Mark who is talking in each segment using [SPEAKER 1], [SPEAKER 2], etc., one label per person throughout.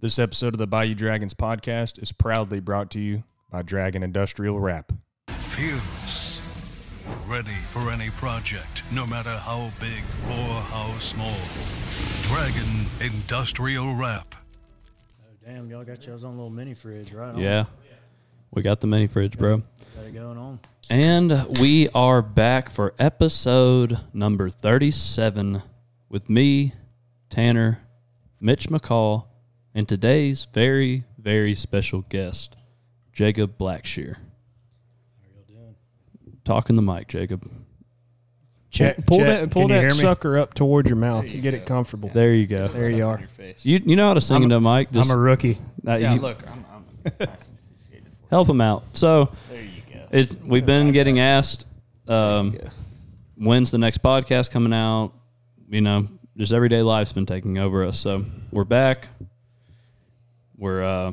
[SPEAKER 1] This episode of the Bayou Dragons podcast is proudly brought to you by Dragon Industrial Wrap.
[SPEAKER 2] Fierce. Ready for any project, no matter how big or how small. Dragon Industrial Wrap.
[SPEAKER 3] Damn, y'all got y'all's own little mini fridge, right? On.
[SPEAKER 4] Yeah. We got the mini fridge, bro.
[SPEAKER 3] Got it going on.
[SPEAKER 4] And we are back for episode number 37 with me, Tanner, Mitch McCall, and today's very, very special guest, Jacob Blackshear. Talking the mic, Jacob.
[SPEAKER 5] Check, pull that, pull that sucker up towards your mouth. You get it comfortable.
[SPEAKER 4] There you go.
[SPEAKER 5] There you are.
[SPEAKER 4] You, you know how to sing into a mic. Just
[SPEAKER 5] I'm a rookie.
[SPEAKER 4] uh, you-
[SPEAKER 6] Look, I'm, I'm
[SPEAKER 4] help him out. So
[SPEAKER 6] there. You go.
[SPEAKER 4] It's we've been getting asked um, when's the next podcast coming out. You know, just everyday life's been taking over us. So we're back. We're uh,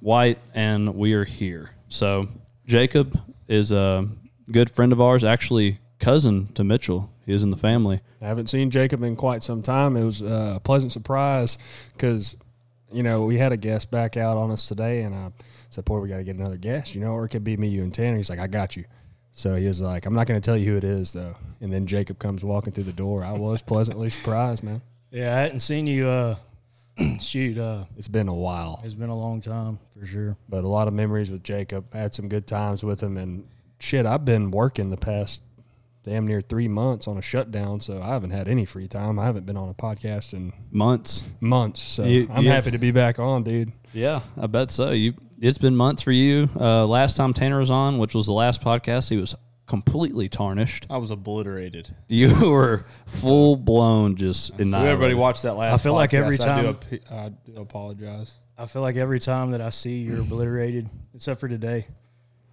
[SPEAKER 4] white and we are here. So Jacob is a good friend of ours, actually cousin to Mitchell. He is in the family.
[SPEAKER 5] I haven't seen Jacob in quite some time. It was uh, a pleasant surprise because, you know, we had a guest back out on us today, and uh, I said, "Boy, we got to get another guest," you know, or it could be me, you, and Tanner. He's like, "I got you." So he was like, "I'm not going to tell you who it is, though." And then Jacob comes walking through the door. I was pleasantly surprised, man.
[SPEAKER 3] Yeah, I hadn't seen you. Uh, shoot, uh,
[SPEAKER 5] It's been a while,
[SPEAKER 3] it's been a long time for sure.
[SPEAKER 5] but a lot of memories with Jacob. I had some good times with him, and shit, I've been working the past damn near three months on a shutdown, so I haven't had any free time. I haven't been on a podcast in
[SPEAKER 4] Months.
[SPEAKER 5] months, so
[SPEAKER 4] You-
[SPEAKER 5] I'm
[SPEAKER 4] you-
[SPEAKER 5] happy to be back on, dude.
[SPEAKER 4] Yeah, I bet so. You, it's been months for you. Uh, last time Tanner was on, which was the last podcast, he was completely tarnished.
[SPEAKER 6] I was obliterated.
[SPEAKER 4] You were full blown, just annihilated.
[SPEAKER 6] Everybody watched that last.
[SPEAKER 3] I feel like every
[SPEAKER 6] podcast. I do
[SPEAKER 3] time-
[SPEAKER 6] ap- I do apologize.
[SPEAKER 3] I feel like every time that I see you, you're obliterated, except for today.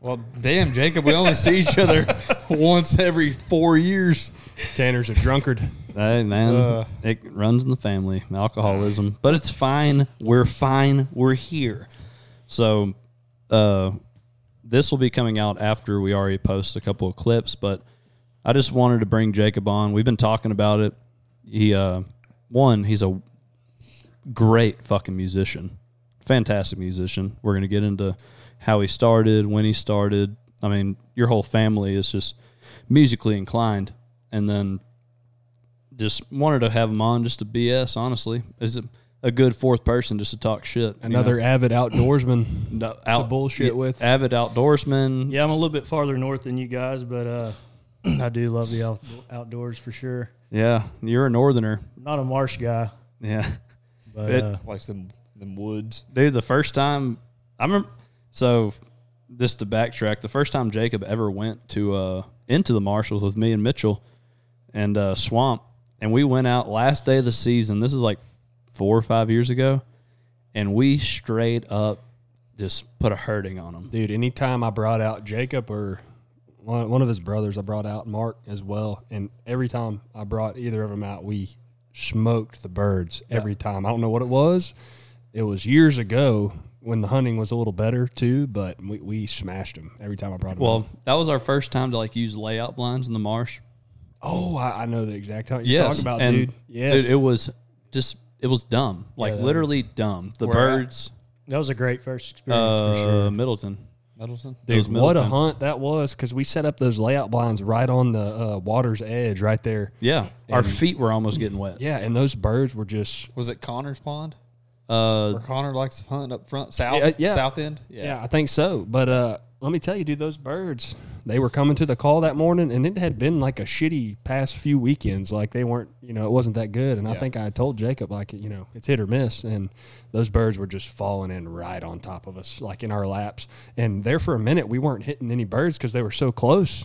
[SPEAKER 6] Well, damn, Jacob, we only see each other once every four years.
[SPEAKER 5] Tanner's a drunkard.
[SPEAKER 4] Hey man, it runs in the family, alcoholism. But it's fine. We're fine. We're here. So, uh, this will be coming out after we already post a couple of clips. But I just wanted to bring Jacob on. We've been talking about it. He, uh, one, he's a great fucking musician, fantastic musician. We're gonna get into how he started, when he started. I mean, your whole family is just musically inclined, and then just wanted to have him on just to BS. Honestly, is a, a good fourth person just to talk shit. you
[SPEAKER 5] Another avid outdoorsman.
[SPEAKER 4] know? No, out,
[SPEAKER 5] bullshit
[SPEAKER 4] y-
[SPEAKER 5] with.
[SPEAKER 4] avid outdoorsman.
[SPEAKER 3] Yeah, I'm a little bit farther north than you guys, but uh, I do love the out- outdoors for sure.
[SPEAKER 4] Yeah, you're a northerner.
[SPEAKER 3] Not a marsh guy,
[SPEAKER 4] Yeah,
[SPEAKER 3] but
[SPEAKER 4] It-
[SPEAKER 3] uh,
[SPEAKER 6] Like them, them woods.
[SPEAKER 4] dude. The first time I remember, so just to backtrack, the first time Jacob ever went to uh into the Marshalls with me and Mitchell and uh, Swamp, and we went out last day of the season. This is like four or five years ago, and we straight up just put a hurting on them.
[SPEAKER 5] Dude, anytime I brought out Jacob or one, one of his brothers, I brought out Mark as well. And every time I brought either of them out, we smoked the birds every time. I don't know what it was. It was years ago when the hunting was a little better too, but we, we smashed them every time I brought them. out.
[SPEAKER 4] Well, that was our first time to like use layout blinds in the marsh.
[SPEAKER 5] oh, I, I know the exact hunt you're
[SPEAKER 4] Yeah,
[SPEAKER 5] talking about, dude. Yes,
[SPEAKER 4] it, was just it was dumb, like literally dumb. The
[SPEAKER 6] Where at?
[SPEAKER 4] birds,
[SPEAKER 3] that was a great first experience
[SPEAKER 4] uh,
[SPEAKER 3] for sure.
[SPEAKER 4] Middleton.
[SPEAKER 6] Middleton.
[SPEAKER 4] It was
[SPEAKER 5] Dude, what a
[SPEAKER 4] Middleton.
[SPEAKER 5] hunt that was because we set up those layout blinds right on the uh, water's edge, right there.
[SPEAKER 4] Yeah, our feet were almost getting wet.
[SPEAKER 5] Yeah, and those birds were just.
[SPEAKER 6] Was it Connor's Pond?
[SPEAKER 4] Uh,
[SPEAKER 6] Where Connor likes to hunt up front, south,
[SPEAKER 5] Yeah, yeah.
[SPEAKER 6] south end. Yeah.
[SPEAKER 5] Yeah, I think so. But uh, let me tell you, dude, those birds, they were coming to the call that morning, and it had been like a shitty past few weekends. Like they weren't, you know, it wasn't that good. And I think I told Jacob, like, you know, it's hit or miss. And those birds were just falling in right on top of us, like in our laps. And there for a minute, we weren't hitting any birds because they were so close.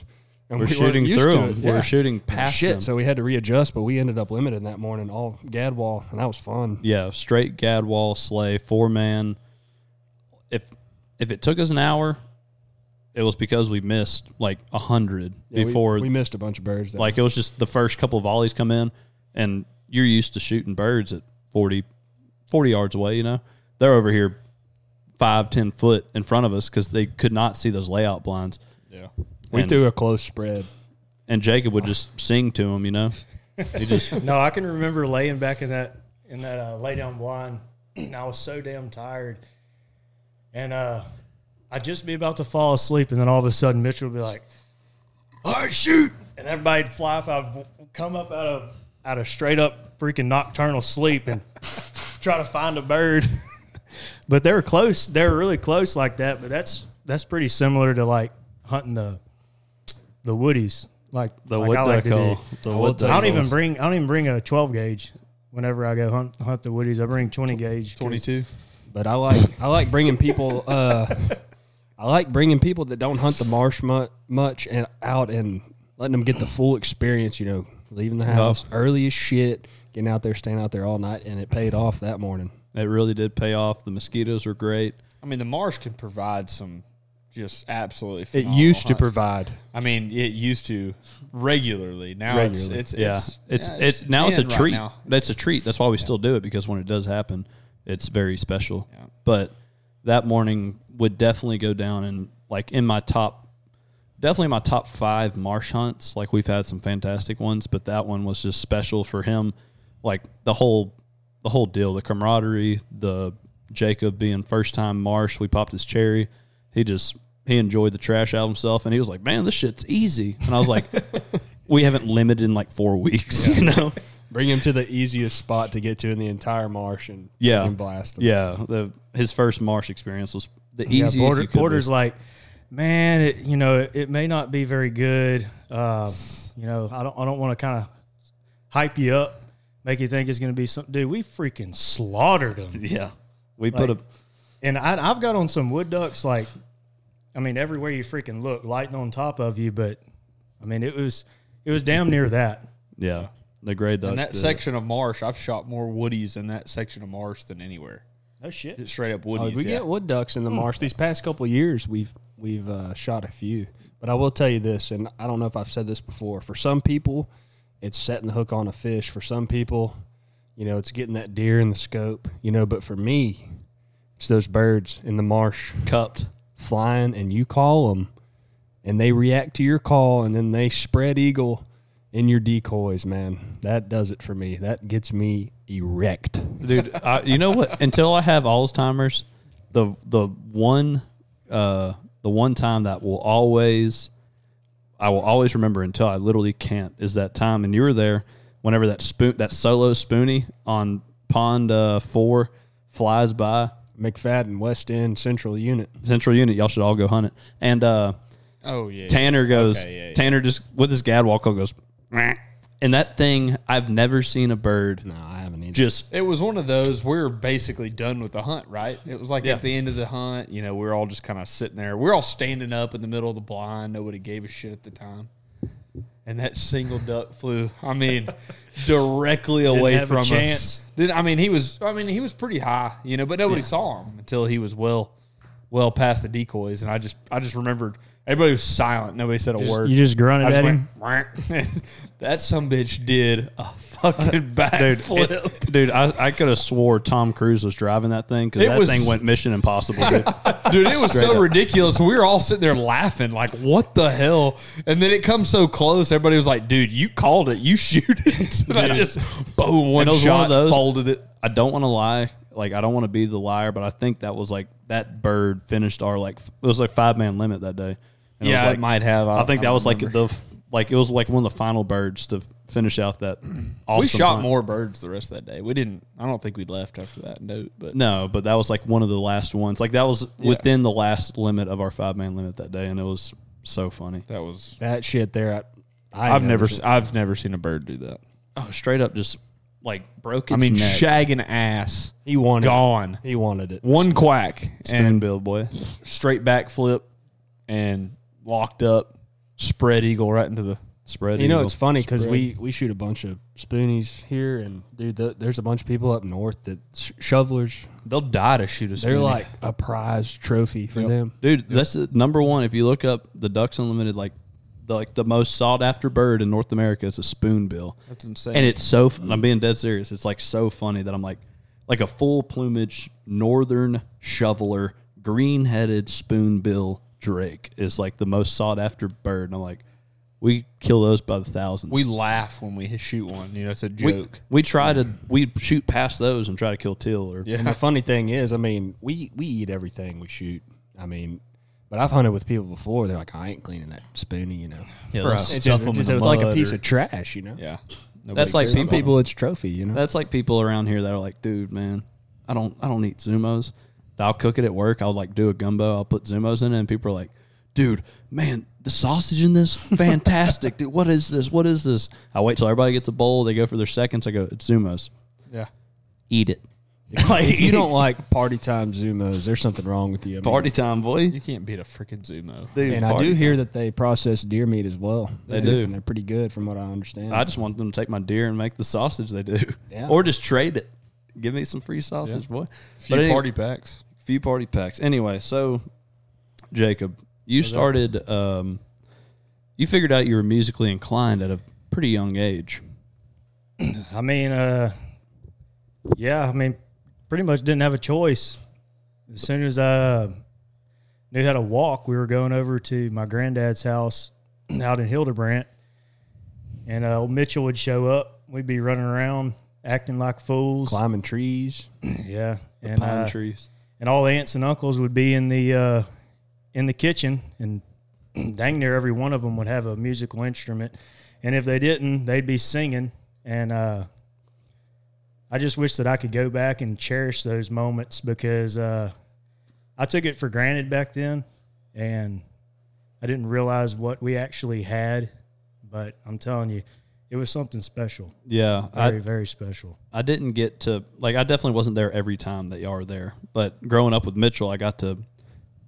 [SPEAKER 5] And
[SPEAKER 4] We're
[SPEAKER 5] we weren't
[SPEAKER 4] shooting
[SPEAKER 5] used
[SPEAKER 4] through
[SPEAKER 5] to
[SPEAKER 4] 'em.
[SPEAKER 5] it.
[SPEAKER 4] We're shooting past
[SPEAKER 5] Shit,
[SPEAKER 4] them.
[SPEAKER 5] so we had to readjust, but we ended up limited that morning, all gadwall, and that was fun.
[SPEAKER 4] yeah, straight gadwall sleigh, four man. If if it took us an hour, it was because we missed like a hundred
[SPEAKER 5] Yeah, we-
[SPEAKER 4] before
[SPEAKER 5] we, missed a bunch of birds. That
[SPEAKER 4] Like it was just the first couple volleys come in, and you're used to shooting birds at 40, 40 yards away. You know, they're over here five, ten foot in front of us because they could not see those layout blinds.
[SPEAKER 6] Yeah.
[SPEAKER 5] we
[SPEAKER 4] and-
[SPEAKER 5] threw a close spread.
[SPEAKER 4] And Jacob would just sing to them. You know, he just
[SPEAKER 3] No, I can remember laying back in that in that uh, lay down blind I was so damn tired. And uh, I'd just be about to fall asleep, and then all of a sudden Mitchell would be like, "All right, shoot!" And everybody'd fly up. I'd come up out of out of straight up freaking nocturnal sleep and try to find a bird. but they were close. They were really close like that. But that's that's pretty similar to like hunting the the woodies, like
[SPEAKER 4] The
[SPEAKER 3] like
[SPEAKER 4] wood
[SPEAKER 3] I like
[SPEAKER 4] duck
[SPEAKER 3] to
[SPEAKER 4] call.
[SPEAKER 3] do.
[SPEAKER 4] The wood
[SPEAKER 3] I don't
[SPEAKER 4] duck
[SPEAKER 3] even
[SPEAKER 4] calls.
[SPEAKER 3] bring I don't even bring a twelve gauge. Whenever I go hunt hunt the woodies, I bring twenty gauge. 'cause-
[SPEAKER 6] Twenty-two.
[SPEAKER 5] But I like I like bringing people. Uh, I like bringing people that don't hunt the marsh mu- much and out and letting them get the full experience. You know, leaving the house early as shit, getting out there, staying out there all night, and it paid off that morning.
[SPEAKER 4] It really did pay off. The mosquitoes were great.
[SPEAKER 6] I mean, the marsh can provide some just absolutely.
[SPEAKER 5] It
[SPEAKER 6] phenomenal
[SPEAKER 5] used to
[SPEAKER 6] hunts.
[SPEAKER 5] provide.
[SPEAKER 6] I mean, it used to regularly. Now
[SPEAKER 5] Regularly.
[SPEAKER 6] it's it's
[SPEAKER 4] Yeah,
[SPEAKER 6] it's
[SPEAKER 4] it's it's,
[SPEAKER 6] yeah,
[SPEAKER 4] now it's a
[SPEAKER 6] in right
[SPEAKER 4] treat.
[SPEAKER 6] now.
[SPEAKER 4] That's a treat. That's why we still do it because when it does happen, it's very special.
[SPEAKER 6] Yeah.
[SPEAKER 4] But that morning would definitely go down and like in my top, definitely my top five marsh hunts. Like we've had some fantastic ones, but that one was just special for him. Like the whole the whole deal, the camaraderie, the Jacob being first time marsh. We popped his cherry. He just he enjoyed the trash out himself, and he was like, "Man, this shit's easy." And I was like. we haven't limited in like four weeks, you know?
[SPEAKER 5] Bring him to the easiest spot to get to in the entire marsh and
[SPEAKER 4] Yeah.
[SPEAKER 5] and blast him.
[SPEAKER 4] Yeah. The, his first marsh experience was the easiest.
[SPEAKER 3] yeah, Porter,
[SPEAKER 4] you could
[SPEAKER 3] Porter's
[SPEAKER 4] be.
[SPEAKER 3] like, man, it, you know, it, it may not be very good. Uh, you know, I don't, I don't want to kind of hype you up, make you think it's going to be something. Dude, we freaking slaughtered them.
[SPEAKER 4] yeah. We put a,
[SPEAKER 3] Like- And I, I've got on some wood ducks, like, I mean, everywhere you freaking look, lighting on top of you. But I mean, it was, it was damn near that.
[SPEAKER 4] yeah, the gray duck.
[SPEAKER 6] In that section of marsh, I've shot more woodies in that section of marsh than anywhere.
[SPEAKER 3] No shit.
[SPEAKER 6] Just straight up
[SPEAKER 5] Oh,
[SPEAKER 6] woodies.
[SPEAKER 5] we
[SPEAKER 6] yeah.
[SPEAKER 5] get wood ducks in the marsh. These past couple of years, we've we've uh, shot a few. But I will tell you this, and I don't know if I've said this before. For some people, it's setting the hook on a fish. For some people, you know, it's getting that deer in the scope. You know, but for me, it's those birds in the marsh
[SPEAKER 4] cupped.
[SPEAKER 5] flying, and you call them, and they react to your call, and then they spread eagle in your decoys. Man, that does it for me. That gets me erect.
[SPEAKER 4] Dude, I, you know what? Until I have Alzheimer's, the, the one, uh, the one time that will always, I will always remember until I literally can't is that time. And you were there whenever that spoon, that solo spoonie on pond uh, four flies by.
[SPEAKER 5] McFadden, West End, Central Unit.
[SPEAKER 4] Central Unit. Y'all should all go hunt it. And uh,
[SPEAKER 6] Oh yeah.
[SPEAKER 4] Tanner goes.
[SPEAKER 6] Okay, yeah, yeah.
[SPEAKER 4] Tanner just with his gadwall call goes. "Meow." And that thing, I've never seen a bird
[SPEAKER 5] No, I haven't either.
[SPEAKER 4] just.
[SPEAKER 6] It was one of those we were basically done with the hunt, right? It was like at the end of the hunt, you know, we were all just kind of sitting there. We are all standing up in the middle of the blind. Nobody gave a shit at the time. And that single duck flew, I mean, directly away
[SPEAKER 3] have a
[SPEAKER 6] from
[SPEAKER 3] chance.
[SPEAKER 6] us. Did I mean he was I mean he was pretty high, you know, but nobody saw him until he was well well past the decoys and I just I just remembered everybody was silent. Nobody said a word.
[SPEAKER 3] You just grunted
[SPEAKER 6] I
[SPEAKER 3] at
[SPEAKER 6] just
[SPEAKER 3] him.
[SPEAKER 6] went, that some bitch did a fucking backflip.
[SPEAKER 4] It- dude, I, I could have swore Tom Cruise was driving that thing because
[SPEAKER 6] It
[SPEAKER 4] that
[SPEAKER 6] was-
[SPEAKER 4] thing went Mission Impossible. Dude.
[SPEAKER 6] Dude, it was
[SPEAKER 4] Straight
[SPEAKER 6] so
[SPEAKER 4] up.
[SPEAKER 6] ridiculous. We were all sitting there laughing, like, what the hell? And then it comes so close, everybody was like, dude, you called it. You shoot it. And I just, boom, one
[SPEAKER 4] And it was
[SPEAKER 6] shot,
[SPEAKER 4] one of those-
[SPEAKER 6] folded it.
[SPEAKER 4] I don't want to lie. Like I don't want to be the liar, but I think that was like that bird finished our like f- it was like five man limit that day. And was
[SPEAKER 6] Yeah, it
[SPEAKER 4] like,
[SPEAKER 6] might have. I
[SPEAKER 4] I,
[SPEAKER 6] don't-
[SPEAKER 4] think
[SPEAKER 6] I
[SPEAKER 4] that
[SPEAKER 6] don't
[SPEAKER 4] was like
[SPEAKER 6] remember.
[SPEAKER 4] the f- like it was like one of the final birds to f- finish out that. Awesome
[SPEAKER 6] we shot
[SPEAKER 4] hunt.
[SPEAKER 6] more birds the rest of that day. We didn't, I don't think we left after that note, but
[SPEAKER 4] No, but that was like one of the last ones. Like that was within the last limit of our five man limit that day, and it was so funny.
[SPEAKER 6] that was,
[SPEAKER 5] That shit there, I, I
[SPEAKER 6] I've never, se- I've never seen a bird do that.
[SPEAKER 4] Oh, straight up, just like broke.
[SPEAKER 6] I
[SPEAKER 4] Its
[SPEAKER 6] mean,
[SPEAKER 4] neck.
[SPEAKER 6] shagging ass,
[SPEAKER 5] He wanted
[SPEAKER 6] gone.
[SPEAKER 5] It. He wanted it.
[SPEAKER 6] One quack
[SPEAKER 4] spoon
[SPEAKER 6] and
[SPEAKER 4] bill boy.
[SPEAKER 6] straight backflip and locked up, spread eagle right into the
[SPEAKER 4] Spread.
[SPEAKER 5] You know,
[SPEAKER 4] eagle.
[SPEAKER 5] it's funny because we, we shoot a bunch of spoonies here, and dude, th there's a bunch of people up north that sh- shovelers.
[SPEAKER 6] They'll die to shoot a
[SPEAKER 5] They're like a prize trophy for them.
[SPEAKER 4] dude. That's the number one. If you look up the Ducks Unlimited, like the like the most sought after bird in North America is a spoonbill.
[SPEAKER 6] That's insane.
[SPEAKER 4] and it's so fun. I'm being dead serious. It's like so funny that I'm like, like a full plumage northern shoveler, green headed spoonbill drake is like the most sought after bird. And I'm like, We kill those by the thousands.
[SPEAKER 6] We laugh when we shoot one. You know, it's a
[SPEAKER 4] we,
[SPEAKER 6] joke.
[SPEAKER 4] we try to we shoot past those and try to kill teal or
[SPEAKER 6] yeah.
[SPEAKER 5] And the funny thing is, I mean, we we eat everything we shoot. I mean, but I've hunted with people before. They're like, I ain't cleaning that spoonie, you know.
[SPEAKER 4] Yeah,
[SPEAKER 5] Bro,
[SPEAKER 4] that's-
[SPEAKER 5] it's
[SPEAKER 6] stuff
[SPEAKER 5] just,
[SPEAKER 6] 'em in
[SPEAKER 5] it's
[SPEAKER 6] the
[SPEAKER 5] just like a
[SPEAKER 6] mud
[SPEAKER 5] piece
[SPEAKER 6] or-
[SPEAKER 5] of trash, you know.
[SPEAKER 6] yeah.
[SPEAKER 4] That's like
[SPEAKER 5] Some people, it's trophy, you know.
[SPEAKER 4] That's like people around here that are like, dude, man, I don't I don't eat Zumos. I'll cook it at work. I'll like do a gumbo. I'll put Zumos in it, and people are like, dude, man, the sausage in this, fantastic, dude. What is this? What is this? I wait till everybody gets a bowl. They go for their seconds. I go, it's Zumos.
[SPEAKER 6] Yeah.
[SPEAKER 4] Eat it.
[SPEAKER 5] If you don't like party time Zumos, there's something wrong with you. I mean,
[SPEAKER 4] Party time, boy.
[SPEAKER 6] You can't beat a freaking Zumo.
[SPEAKER 4] Dude,
[SPEAKER 5] and I
[SPEAKER 4] party
[SPEAKER 5] do hear
[SPEAKER 4] time.
[SPEAKER 5] that they process deer meat as well.
[SPEAKER 4] They do.
[SPEAKER 5] and they're pretty good from what I understand.
[SPEAKER 4] I just want them to take my deer and make the sausage they do,
[SPEAKER 5] Yeah.
[SPEAKER 4] or just trade it. Give me some free sausage, boy.
[SPEAKER 6] Few
[SPEAKER 4] But any-
[SPEAKER 6] party packs.
[SPEAKER 4] few party packs. Anyway, so Jacob, you started. Um, you figured out you were musically inclined at a pretty young age.
[SPEAKER 3] I mean, uh, yeah, I mean, pretty much didn't have a choice. As soon as I knew how to walk, we were going over to my granddad's house out in Hildebrandt, and uh, old Mitchell would show up. We'd be running around acting like fools.
[SPEAKER 5] climbing trees.
[SPEAKER 3] Yeah, and
[SPEAKER 4] Pine
[SPEAKER 3] uh,
[SPEAKER 4] trees.
[SPEAKER 3] and all the aunts and uncles would be in the uh, in the kitchen, and dang near every one of them would have a musical instrument, and if they didn't, they'd be singing. And uh, I just wish that I could go back and cherish those moments because uh, I took it for granted back then, and I didn't realize what we actually had. But I'm telling you, it was something special,
[SPEAKER 4] Yeah,
[SPEAKER 3] very
[SPEAKER 4] I
[SPEAKER 3] very special.
[SPEAKER 4] I didn't get to like I definitely wasn't there every time that y'all were there. But growing up with Mitchell, I got to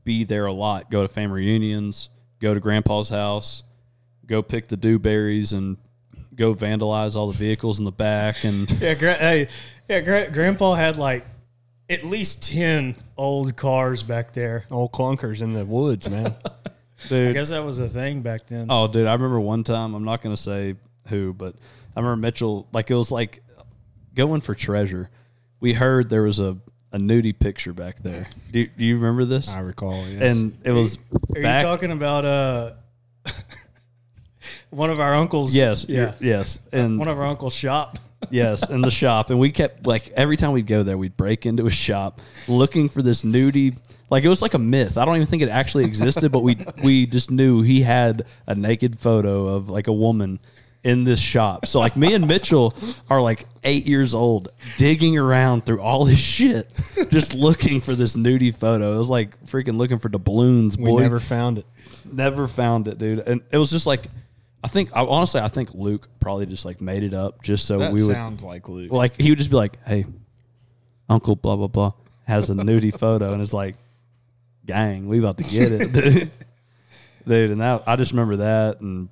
[SPEAKER 4] be there a lot. Go to family reunions. Go to Grandpa's house. Go pick the dewberries and go vandalize all the vehicles in the back and
[SPEAKER 3] Yeah, gra- hey, yeah. Gra- Grandpa had like at least ten old cars back there.
[SPEAKER 5] Old clunkers in the woods, man.
[SPEAKER 3] I guess that was a thing back then.
[SPEAKER 4] Oh, dude, I remember one time. I'm not gonna say who, but I remember Mitchell. Like it was like going for treasure. We heard there was a a nudie picture back there. Do, do you remember this?
[SPEAKER 5] I recall. Yes.
[SPEAKER 4] And it was
[SPEAKER 3] Are
[SPEAKER 4] back.
[SPEAKER 3] you talking about uh one of our uncles?
[SPEAKER 4] yes,
[SPEAKER 3] yeah,
[SPEAKER 4] yeah, yes, and
[SPEAKER 3] one of our uncles' shop.
[SPEAKER 4] yes, in the shop. And we kept like every time we'd go there, we'd break into a shop looking for this nudie. Like it was like a myth. I don't even think it actually existed, but we we just knew he had a naked photo of like a woman in this shop. So like me and Mitchell are like eight years old, digging around through all this shit, just looking for this nudie photo. It was like freaking looking for doubloons.
[SPEAKER 5] we
[SPEAKER 4] boy
[SPEAKER 5] never found it.
[SPEAKER 4] never found it, dude. And it was just like, I think, I, honestly, I think Luke probably just like made it up just so
[SPEAKER 6] That
[SPEAKER 4] we would,
[SPEAKER 6] sounds like Luke.
[SPEAKER 4] like, he would just be like, hey, Uncle blah, blah, blah has a nudie photo. And it's like, gang, we about to get it, dude. dude and that, I just remember that. And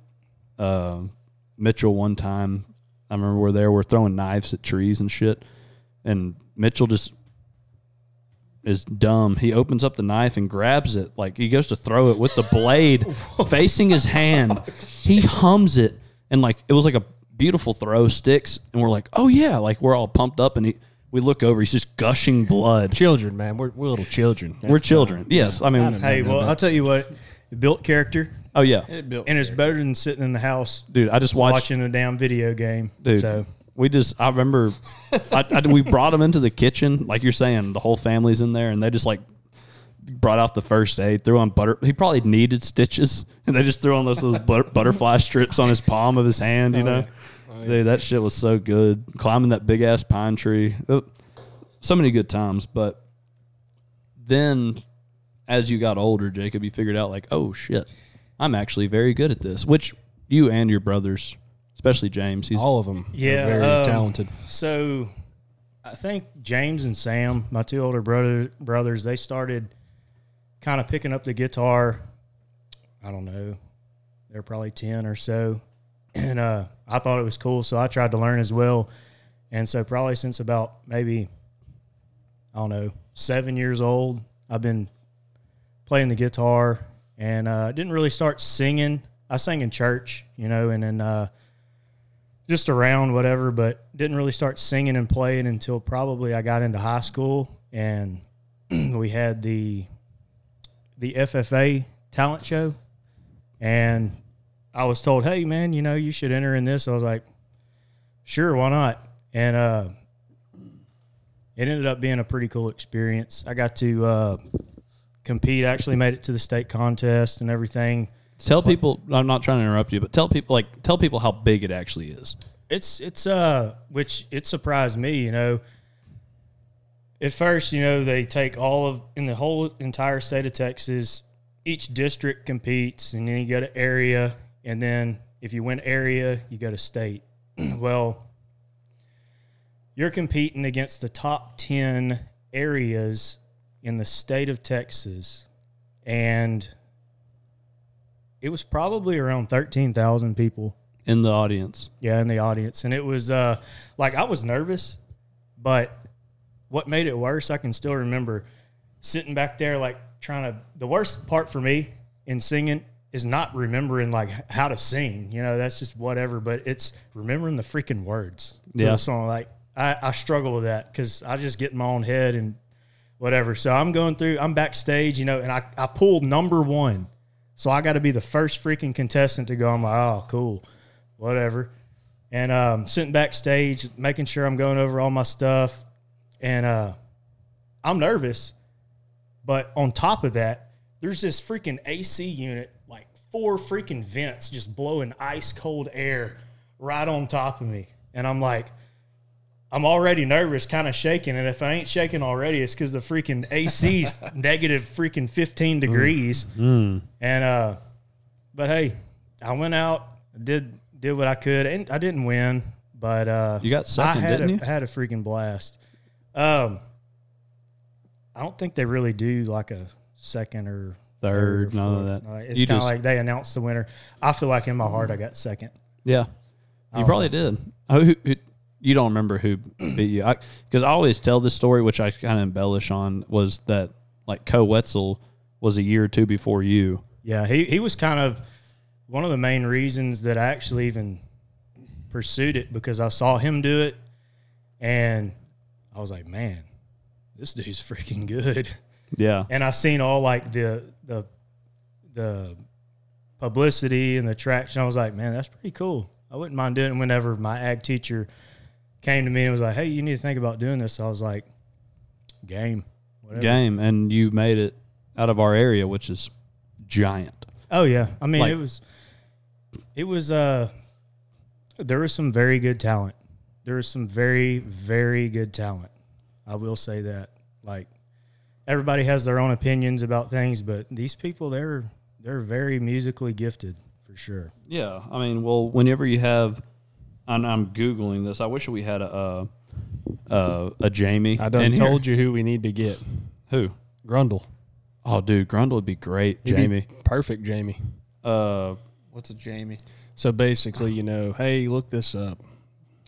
[SPEAKER 4] um Mitchell, one time, I remember we're there, we're throwing knives at trees and shit. And Mitchell just is dumb. He opens up the knife and grabs it. Like he goes to throw it with the blade facing his hand. He hums it and like it was like a beautiful throw sticks and we're like, "Oh yeah, like we're all pumped up and he, we look over, he's just gushing blood.
[SPEAKER 5] Children, man. We're, we're little children.
[SPEAKER 4] We're children. Yes, I mean
[SPEAKER 3] Hey, well, I'll tell you what, it built character,
[SPEAKER 4] Oh yeah.
[SPEAKER 6] it built
[SPEAKER 3] and it's better than sitting in the house
[SPEAKER 4] Dude, I just watched
[SPEAKER 3] watching a damn video game.
[SPEAKER 4] dude.
[SPEAKER 3] so
[SPEAKER 4] We just, I remember, I, I- we brought them into the kitchen, like you're saying, the whole family's in there, and they just like brought out the first aid, threw on butter. He probably needed stitches, and they just threw on those little butter, butterfly strips on his palm of his hand, you know? Dude, that shit was so good. Climbing that big ass pine tree. Oh, So many good times, but then as you got older, Jacob, you figured out like, oh shit, I'm actually very good at this, which you and your brothers, especially James, he's
[SPEAKER 5] all of them.
[SPEAKER 3] Yeah,
[SPEAKER 5] Yeah, very
[SPEAKER 3] um,
[SPEAKER 5] talented.
[SPEAKER 3] So, I think James and Sam, my two older brother, brothers, they started kind of picking up the guitar. I don't know, they're probably ten or so, and uh, I thought it was cool, so I tried to learn as well. And so, probably since about maybe I don't know seven years old, I've been playing the guitar, and uh, didn't really start singing. I sang in church, you know, and then. Uh, just around whatever, but didn't really start singing and playing until probably I got into high school and we had the the FFA talent show and I was told, hey, man, you know, you should enter in this. I was like, sure, why not? And uh, it ended up being a pretty cool experience. I got to uh, compete, actually made it to the state contest and everything.
[SPEAKER 4] Tell people. I'm not trying to interrupt you, but tell people like tell people how big it actually is.
[SPEAKER 3] It's it's uh which it surprised me, you know. At first, you know, they take all of in the whole entire state of Texas, each district competes and then you go to area and then if you win area, you go to state. well, you're competing against the top 10 areas in the state of Texas and it was probably around 13,000 people
[SPEAKER 4] in the audience.
[SPEAKER 3] yeah in the audience and it was uh like i was nervous but what made it worse i can still remember sitting back there like trying to the worst part for me in singing is not remembering like how to sing you know that's just whatever but it's remembering the freaking words to
[SPEAKER 4] Yeah.
[SPEAKER 3] the song like i, I struggle with that because i just get in my own head and whatever so i'm going through i'm backstage you know and i, I pulled number one so I got to be the first freaking contestant to go. I'm like, oh, cool, whatever. And um, sitting backstage, making sure I'm going over all my stuff, and uh, I'm nervous. But on top of that, there's this freaking AC unit, like four freaking vents, just blowing ice cold air right on top of me, and I'm like. I'm already nervous, kind of shaking, and if I ain't shaking already, it's because the freaking AC's negative freaking 15 degrees.
[SPEAKER 4] Mm,
[SPEAKER 3] And uh but hey, I went out, did did what I could, and I didn't win, but uh
[SPEAKER 4] You got second,
[SPEAKER 3] I had
[SPEAKER 4] didn't
[SPEAKER 3] a,
[SPEAKER 4] you?
[SPEAKER 3] I had a freaking blast. Um I don't think they really do like a second or
[SPEAKER 4] Third,
[SPEAKER 3] or
[SPEAKER 4] none of
[SPEAKER 3] fourth.
[SPEAKER 4] that.
[SPEAKER 3] No, it's
[SPEAKER 4] You
[SPEAKER 3] kind of
[SPEAKER 4] just-
[SPEAKER 3] like they announced the winner. I feel like in my heart I got second.
[SPEAKER 4] Yeah, Oh. you probably did. Who, who, who- you don't remember who beat you? Because I, always tell this story, which I kind of embellish on, was that like Co Wetzel was a year or two before you.
[SPEAKER 3] Yeah, he, he was kind of one of the main reasons that I actually even pursued it because I saw him do it and I was like, man, this dude's freaking good.
[SPEAKER 4] Yeah,
[SPEAKER 3] And I seen all like the the the publicity and the traction. I was like, man, that's pretty cool. I wouldn't mind doing it whenever my ag teacher came to me and was like, hey, you need to think about doing this. I was like, game. Whatever.
[SPEAKER 4] game, and you made it out of our area, which is giant.
[SPEAKER 3] Oh yeah, I mean
[SPEAKER 4] Like-
[SPEAKER 3] it was, it was. Uh, there was some very good talent. There was some very very good talent. I will say that. Like everybody has their own opinions about things, but these people they're they're very musically gifted for sure.
[SPEAKER 4] Yeah, I mean, well, whenever you have, and I'm googling this. I wish we had a a, a, a Jamie.
[SPEAKER 5] I done told you who we need to get.
[SPEAKER 4] who.
[SPEAKER 5] Grundle.
[SPEAKER 4] Oh, dude, Grundle would be great,
[SPEAKER 5] He'd be
[SPEAKER 4] Jamie.
[SPEAKER 5] perfect Jamie.
[SPEAKER 4] Uh,
[SPEAKER 6] What's a Jamie?
[SPEAKER 5] So basically, you know, hey, look this up.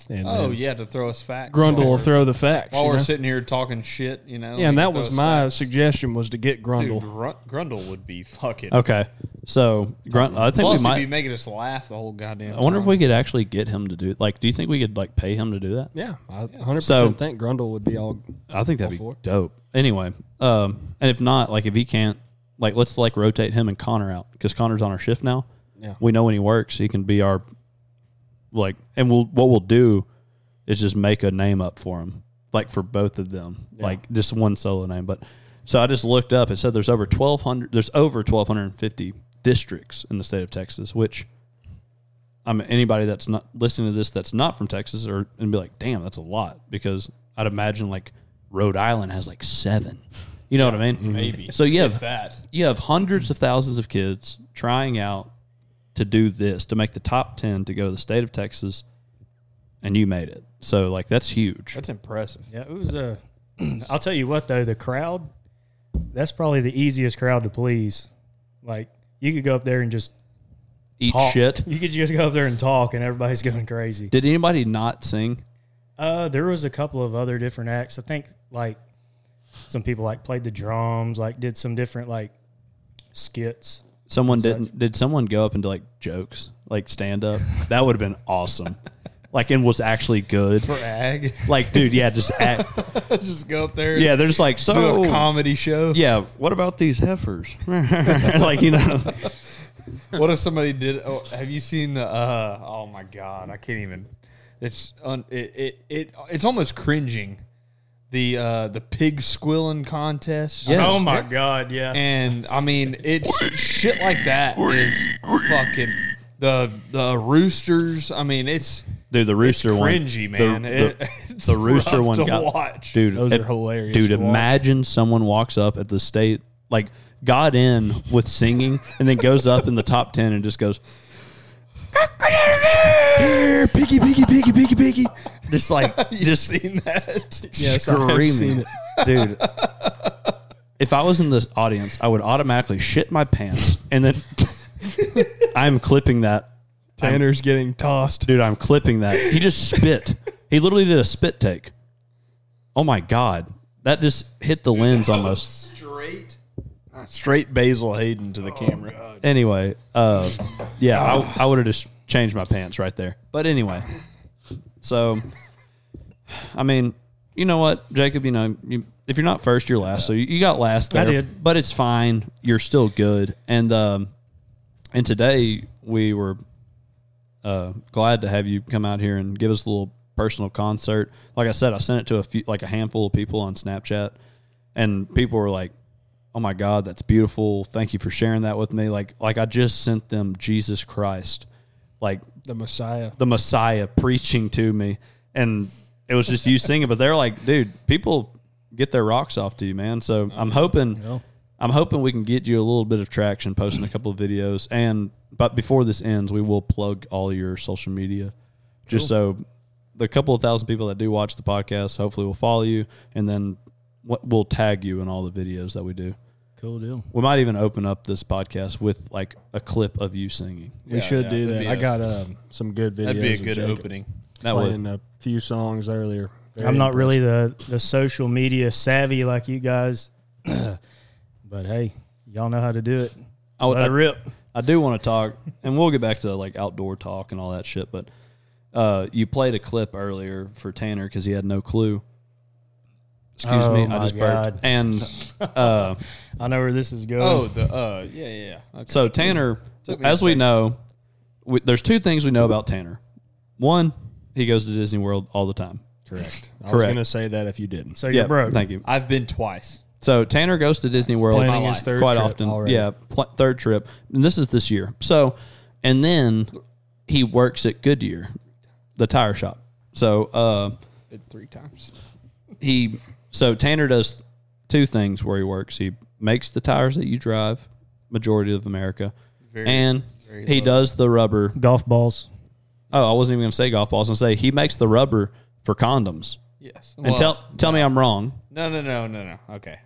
[SPEAKER 5] And
[SPEAKER 6] Oh
[SPEAKER 5] then
[SPEAKER 6] yeah, to throw us facts.
[SPEAKER 5] Grundle
[SPEAKER 6] while
[SPEAKER 5] will
[SPEAKER 6] we're-
[SPEAKER 5] throw the facts.
[SPEAKER 6] while
[SPEAKER 5] you
[SPEAKER 6] we're
[SPEAKER 5] know?
[SPEAKER 6] sitting here talking shit. You know.
[SPEAKER 5] Yeah, and
[SPEAKER 6] he
[SPEAKER 5] that
[SPEAKER 6] can
[SPEAKER 5] was
[SPEAKER 6] throw us
[SPEAKER 5] my
[SPEAKER 6] facts.
[SPEAKER 5] suggestion was to get Grundle.
[SPEAKER 6] Dude, Grun- Grundle would be fucking.
[SPEAKER 4] okay, so Grundle. I think
[SPEAKER 6] Plus,
[SPEAKER 4] we
[SPEAKER 6] he'd
[SPEAKER 4] might
[SPEAKER 6] be making us laugh the whole goddamn.
[SPEAKER 4] I wonder if we could actually get him to do Like, do you think we could like pay him to do that?
[SPEAKER 5] yeah, I 100%
[SPEAKER 4] So-
[SPEAKER 5] think Grundle would be all
[SPEAKER 4] I think that'd be
[SPEAKER 5] for it.
[SPEAKER 4] dope. Anyway, um, and if not, like if he can't, like let's like rotate him and Connor out because Connor's on our shift now.
[SPEAKER 5] Yeah.
[SPEAKER 4] we know when he works, he can be our like, and we'll what we'll do is just make a name up for him, like for both of them, like just one solo name. But so I just looked up. It said there's over twelve hundred. There's over twelve hundred and fifty districts in the state of Texas, which. I mean, anybody that's not listening to this that's not from Texas or and be like, damn, that's a lot because I'd imagine like Rhode Island has like seven. You know what I mean?
[SPEAKER 6] Maybe.
[SPEAKER 4] So you have
[SPEAKER 6] that.
[SPEAKER 4] you have hundreds of thousands of kids trying out to do this to make the top ten to go to the state of Texas, and you made it. So like that's huge.
[SPEAKER 6] That's impressive.
[SPEAKER 3] Yeah, it was uh, a. I'll tell you what though, the crowd, that's probably the easiest crowd to please. Like you could go up there and just
[SPEAKER 4] Eat
[SPEAKER 3] talk.
[SPEAKER 4] shit.
[SPEAKER 3] You could just go up there and talk, and everybody's going crazy.
[SPEAKER 4] Did anybody not sing?
[SPEAKER 3] Uh, there was a couple of other different acts. I think like some people like played the drums, like did some different like skits.
[SPEAKER 4] Someone didn't. Did someone go up and do like jokes, like stand up? That would have been awesome. Like and was actually good.
[SPEAKER 6] Brag.
[SPEAKER 4] Like, dude, yeah, just act.
[SPEAKER 6] Just go up there.
[SPEAKER 4] Yeah, oh. there's like
[SPEAKER 6] Do a
[SPEAKER 4] so.
[SPEAKER 6] comedy show.
[SPEAKER 4] Yeah, what about these heifers? like you know,
[SPEAKER 6] what if somebody did? Oh, have you seen the? Uh, oh my god, I can't even. It's un, it, it it it's almost cringing. The uh, the pig squealing contest.
[SPEAKER 4] Yes.
[SPEAKER 3] Oh my god, yeah.
[SPEAKER 6] And I mean, it's shit like that is fucking the the roosters. I mean, it's
[SPEAKER 4] Dude, the rooster one.
[SPEAKER 6] cringy,
[SPEAKER 4] the-
[SPEAKER 6] man.
[SPEAKER 4] The,
[SPEAKER 6] It- it's
[SPEAKER 4] the rooster
[SPEAKER 6] rough
[SPEAKER 4] one
[SPEAKER 6] to
[SPEAKER 4] got
[SPEAKER 6] watch.
[SPEAKER 4] dude.
[SPEAKER 5] Those
[SPEAKER 4] it-
[SPEAKER 5] are hilarious
[SPEAKER 4] Dude,
[SPEAKER 5] to watch.
[SPEAKER 4] imagine someone walks up at the state like got in with singing and then goes up in the top ten and just goes. Piggy, piggy, piggy, piggy, piggy. Just like
[SPEAKER 6] you seen that?
[SPEAKER 5] Yes, I have seen
[SPEAKER 4] screaming,
[SPEAKER 5] it.
[SPEAKER 4] dude. If I was in this audience, I would automatically shit my pants, and then I'm clipping that,
[SPEAKER 5] Tanner's getting tossed.
[SPEAKER 4] dude. I'm clipping that. He just spit. He literally did a spit take. Oh my god, that just hit the lens almost.
[SPEAKER 6] Straight, straight Basil Hayden to the camera.
[SPEAKER 4] Anyway, uh, yeah, I, I would have just changed my pants right there. But anyway, so I mean, you know what, Jacob? You know, you, if you're not first, you're last. So you, you got last. There,
[SPEAKER 3] did.
[SPEAKER 4] but it's fine. You're still good. And um, and today we were uh, glad to have you come out here and give us a little personal concert. Like I said, I sent it to a few, like a handful of people on Snapchat, and people were like, "Oh my God, that's beautiful! Thank you for sharing that with me." Like, like I just sent them Jesus Christ, like
[SPEAKER 5] The Messiah.
[SPEAKER 4] the Messiah preaching to me, and it was just you singing. But they're like, "Dude, people get their rocks off to you, man." So I'm hoping, I'm hoping we can get you a little bit of traction, posting a couple of videos, and but before this ends, we will plug all your social media, just so the couple of thousand people that do watch the podcast hopefully will follow you, and then what we'll tag you in all the videos that we do.
[SPEAKER 3] Cool deal.
[SPEAKER 4] We might even open up this podcast with like a clip of you singing.
[SPEAKER 5] we should
[SPEAKER 6] yeah,
[SPEAKER 5] do
[SPEAKER 6] that'd
[SPEAKER 5] that.
[SPEAKER 6] be
[SPEAKER 5] I
[SPEAKER 6] a-
[SPEAKER 5] got um, some good videos.
[SPEAKER 6] That'd be a
[SPEAKER 5] of
[SPEAKER 6] good
[SPEAKER 5] Jacob
[SPEAKER 6] opening.
[SPEAKER 4] That would
[SPEAKER 5] Playing a few songs earlier. Very
[SPEAKER 3] I'm not
[SPEAKER 5] impressive.
[SPEAKER 3] really the, the social media savvy like you guys, but hey, y'all know how to do it.
[SPEAKER 4] Oh, I would
[SPEAKER 3] Let it rip.
[SPEAKER 4] I do want to talk, and we'll get back to like outdoor talk and all that shit. But uh, you played a clip earlier for Tanner because he had no clue. Excuse
[SPEAKER 3] Oh
[SPEAKER 4] me,
[SPEAKER 3] my
[SPEAKER 4] I just
[SPEAKER 3] God.
[SPEAKER 4] burped. And uh,
[SPEAKER 3] I know where this is going.
[SPEAKER 6] Oh, the uh, yeah, yeah. yeah. Okay.
[SPEAKER 4] so Tanner,
[SPEAKER 6] Took me a
[SPEAKER 4] as we
[SPEAKER 6] second.
[SPEAKER 4] know, we, there's two things we know about Tanner. One, he goes to Disney World all the time.
[SPEAKER 5] correct. I was
[SPEAKER 4] Correct.
[SPEAKER 5] going to say that if you didn't.
[SPEAKER 3] so you're broke.
[SPEAKER 4] Thank you.
[SPEAKER 6] I've been twice.
[SPEAKER 4] So Tanner goes to Disney World
[SPEAKER 5] Planning his third
[SPEAKER 4] quite
[SPEAKER 5] trip
[SPEAKER 4] often.
[SPEAKER 5] already.
[SPEAKER 4] Yeah, pl- third trip. And this is this year. So, and then he works at Goodyear, the tire shop. So, uh,
[SPEAKER 6] Been three times.
[SPEAKER 4] he so Tanner does two things where he works. He makes the tires that you drive, majority of America, and he does the rubber.
[SPEAKER 3] Golf balls.
[SPEAKER 4] Oh, I wasn't even going to say golf balls. I was going to say he makes the rubber for condoms.
[SPEAKER 6] Yes.
[SPEAKER 4] And
[SPEAKER 6] Well,
[SPEAKER 4] tell tell me I'm wrong.
[SPEAKER 6] no, no, no, no, no. Okay.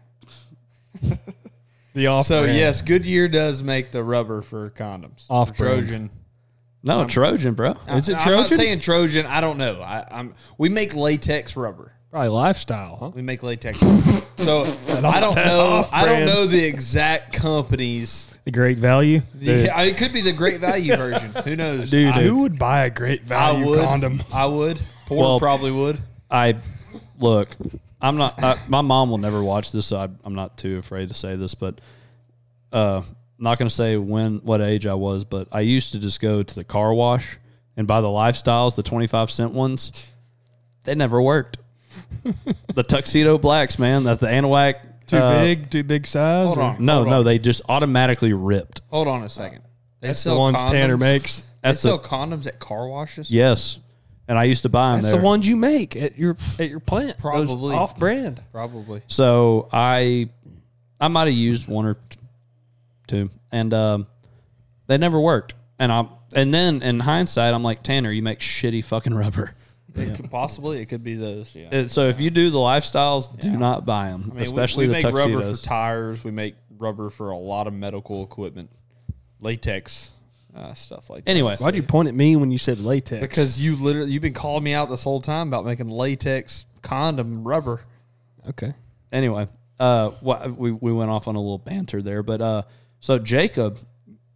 [SPEAKER 5] The off.
[SPEAKER 6] So yes, Goodyear does make the rubber for condoms. For
[SPEAKER 5] Off-brand.
[SPEAKER 6] Trojan.
[SPEAKER 4] No, Trojan, bro.
[SPEAKER 5] Is it
[SPEAKER 6] I- I'm not
[SPEAKER 5] Trojan?
[SPEAKER 6] saying Trojan. I don't know. I, I'm. We make latex rubber.
[SPEAKER 5] probably lifestyle, huh?
[SPEAKER 6] We make latex. rubber. so I don't know. I don't know the exact companies.
[SPEAKER 3] The great value. Dude,
[SPEAKER 6] Yeah, it could be the Great Value version. Who knows?
[SPEAKER 4] Dude,
[SPEAKER 6] I,
[SPEAKER 4] dude.
[SPEAKER 5] would buy a great
[SPEAKER 6] I would. I would. Porn
[SPEAKER 4] Well-
[SPEAKER 6] probably would.
[SPEAKER 4] I look. I'm not. I, my mom will never watch this, so I, I'm not too afraid to say this. But uh, not going to say when, what age I was, but I used to just go to the car wash and buy the lifestyles, the 25 cent ones. They never worked. the tuxedo blacks, man. That's the Anahuac.
[SPEAKER 5] Too
[SPEAKER 4] uh,
[SPEAKER 5] big, too big size.
[SPEAKER 6] Hold
[SPEAKER 5] or-
[SPEAKER 6] on.
[SPEAKER 4] No,
[SPEAKER 6] hold
[SPEAKER 4] no,
[SPEAKER 6] on.
[SPEAKER 4] they just automatically ripped.
[SPEAKER 6] Hold on a second. They
[SPEAKER 5] That's the ones Tanner makes.
[SPEAKER 6] They
[SPEAKER 4] That's
[SPEAKER 6] sell
[SPEAKER 4] the,
[SPEAKER 6] condoms at car washes.
[SPEAKER 4] yes, and I used to buy them.
[SPEAKER 5] That's
[SPEAKER 4] there.
[SPEAKER 5] the ones you make at your at your plant. Those
[SPEAKER 6] Probably.
[SPEAKER 5] off-brand.
[SPEAKER 6] Probably.
[SPEAKER 4] So I, I might have used one or t- two, and um, they never worked. And I, and then in hindsight, I'm like Tanner, you make shitty fucking rubber.
[SPEAKER 6] It could, possibly, it could be those. Yeah.
[SPEAKER 4] And so if you do the lifestyles, do not buy them,
[SPEAKER 6] I mean, we-
[SPEAKER 4] especially the
[SPEAKER 6] we, make rubber
[SPEAKER 4] tuxedos.
[SPEAKER 6] for tires. We make rubber for a lot of medical equipment, latex uh, stuff like that.
[SPEAKER 4] anyway,
[SPEAKER 5] Why'd you point at me when you said latex?
[SPEAKER 6] Because you literally you've been calling me out this whole time about making latex condom rubber.
[SPEAKER 5] okay,
[SPEAKER 4] anyway, uh, wha- we we went off on a little banter there, but uh, so Jacob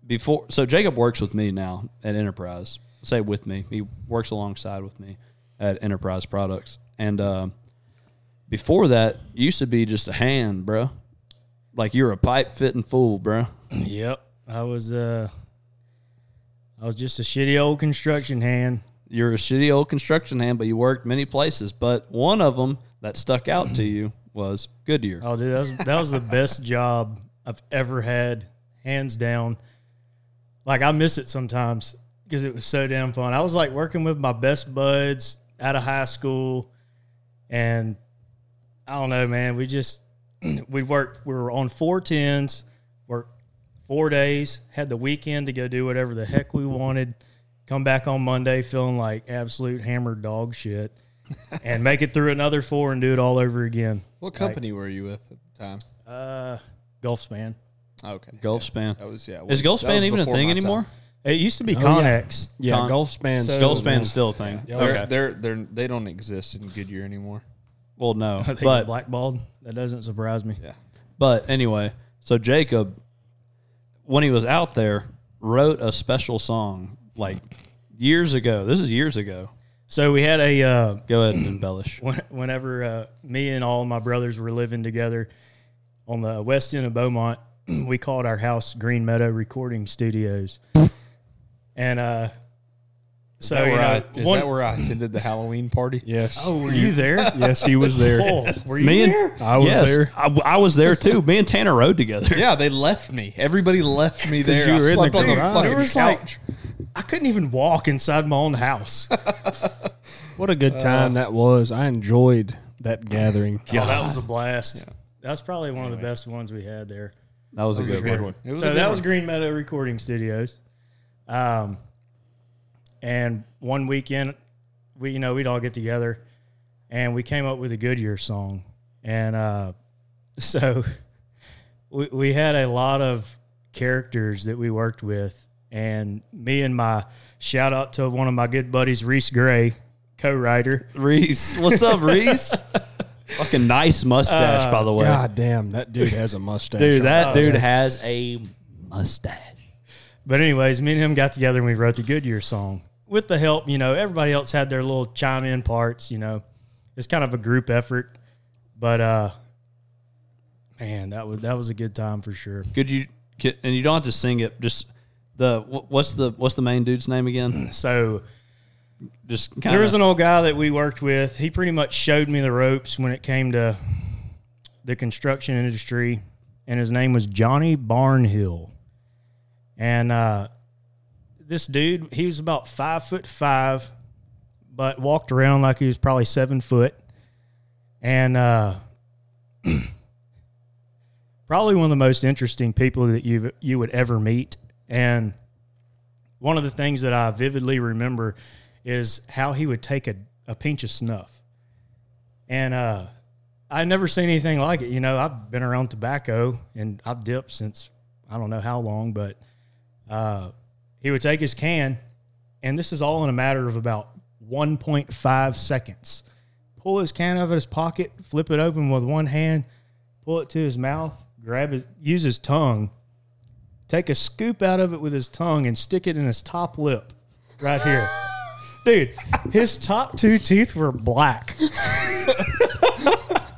[SPEAKER 4] before, so Jacob works with me now at Enterprise. Say with me, he works alongside with me at Enterprise Products, and um, before that used to be just a hand, bro. Like you're a pipe fitting fool, bro.
[SPEAKER 3] Yep. I was uh I was just a shitty old construction hand.
[SPEAKER 4] You're a shitty old construction hand, but you worked many places. But one of them that stuck out to you was Goodyear.
[SPEAKER 3] Oh, dude, that was, that was the best job I've ever had, hands down. Like I miss it sometimes because it was so damn fun. I was like working with my best buds out of high school, and I don't know, man. We just we worked. We were on four tens, worked four days, had the weekend to go do whatever the heck we wanted. Come back on Monday feeling like absolute hammered dog shit, and make it through another four and do it all over again.
[SPEAKER 6] What company were you with at the time?
[SPEAKER 3] Uh, Gulf's man.
[SPEAKER 6] Okay,
[SPEAKER 4] Gulfspan.
[SPEAKER 6] That was yeah.
[SPEAKER 4] Is
[SPEAKER 6] well, that was
[SPEAKER 4] Gulfspan even a
[SPEAKER 6] before
[SPEAKER 4] thing
[SPEAKER 6] my time.
[SPEAKER 4] anymore?
[SPEAKER 3] It used to be Connex.
[SPEAKER 5] Yeah,
[SPEAKER 4] Con-
[SPEAKER 5] golf span.
[SPEAKER 3] So-
[SPEAKER 4] Gulfspan's still a thing.
[SPEAKER 6] They're,
[SPEAKER 4] Okay.
[SPEAKER 6] they're they're they don't exist in Goodyear anymore.
[SPEAKER 4] Well, no,
[SPEAKER 3] I think
[SPEAKER 4] but
[SPEAKER 3] but blackballed. That doesn't surprise me.
[SPEAKER 6] Yeah.
[SPEAKER 4] But anyway, so Jacob, when he was out there, wrote a special song like years ago. This is years ago.
[SPEAKER 3] So we had a uh,
[SPEAKER 4] Go ahead and embellish.
[SPEAKER 3] when, whenever uh, me and all my brothers were living together on the west end of Beaumont, we called our house Green Meadow Recording Studios, and uh,
[SPEAKER 4] Oh,
[SPEAKER 3] so
[SPEAKER 6] That
[SPEAKER 3] you
[SPEAKER 6] where
[SPEAKER 3] know,
[SPEAKER 6] I, is
[SPEAKER 3] one-
[SPEAKER 6] that where I attended the Halloween party?
[SPEAKER 5] Yes.
[SPEAKER 3] oh, were you there?
[SPEAKER 5] Yes, he was there.
[SPEAKER 3] Oh, were you
[SPEAKER 4] Me and-
[SPEAKER 3] there?
[SPEAKER 5] I was
[SPEAKER 4] yes,
[SPEAKER 5] there.
[SPEAKER 4] I, I was there too. Me and Tanner rode together.
[SPEAKER 6] Yeah, they left me. Everybody left me there.
[SPEAKER 5] you
[SPEAKER 6] I
[SPEAKER 5] were in the
[SPEAKER 6] slept on the
[SPEAKER 5] garage.
[SPEAKER 6] fucking
[SPEAKER 3] There was like-
[SPEAKER 6] couch.
[SPEAKER 3] I couldn't even walk inside my own house. Oh,
[SPEAKER 5] What a good time that was. I enjoyed that gathering.
[SPEAKER 6] Oh,
[SPEAKER 3] Oh, that was a blast. That was probably one of the best ones we had there.
[SPEAKER 4] That was a good one.
[SPEAKER 6] It was
[SPEAKER 3] so
[SPEAKER 6] a
[SPEAKER 3] that
[SPEAKER 6] good
[SPEAKER 3] was Green Meadow Recording Studios. Um, and one weekend, we you know we'd all get together, and we came up with a Goodyear song, and uh, so we we had a lot of characters that we worked with, and me and my shout out to one of my good buddies Reese Gray, co-writer.
[SPEAKER 4] Reese, what's up, Reese? Fucking nice mustache, by the way.
[SPEAKER 5] God damn, that dude has a mustache.
[SPEAKER 4] Dude, that dude has a mustache.
[SPEAKER 3] But anyways, me and him got together and we wrote the Goodyear song with the help. You know, everybody else had their little chime in parts. You know, it's kind of a group effort. But uh, man, that was that was a good time for sure.
[SPEAKER 4] Could you? Could, and you don't have to sing it. Just the wh- what's the what's the main dude's name again?
[SPEAKER 3] So
[SPEAKER 4] Just kind
[SPEAKER 3] there was an old guy that we worked with. He pretty much showed me the ropes when it came to the construction industry, and his name was Johnny Barnhill. And uh, this dude, he was about five foot five, but walked around like he was probably seven foot, and uh, probably one of the most interesting people that you you would ever meet. And one of the things that I vividly remember is how he would take a, a pinch of snuff. And uh, I'd never seen anything like it. You know, I've been around tobacco and I've dipped since I don't know how long, but uh, he would take his can, and this is all in a matter of about 1.5 seconds. Pull his can out of his pocket, flip it open with one hand, pull it to his mouth, grab his, use his tongue, take a scoop out of it with his tongue and stick it in his top lip right here. Dude, his top two teeth were black.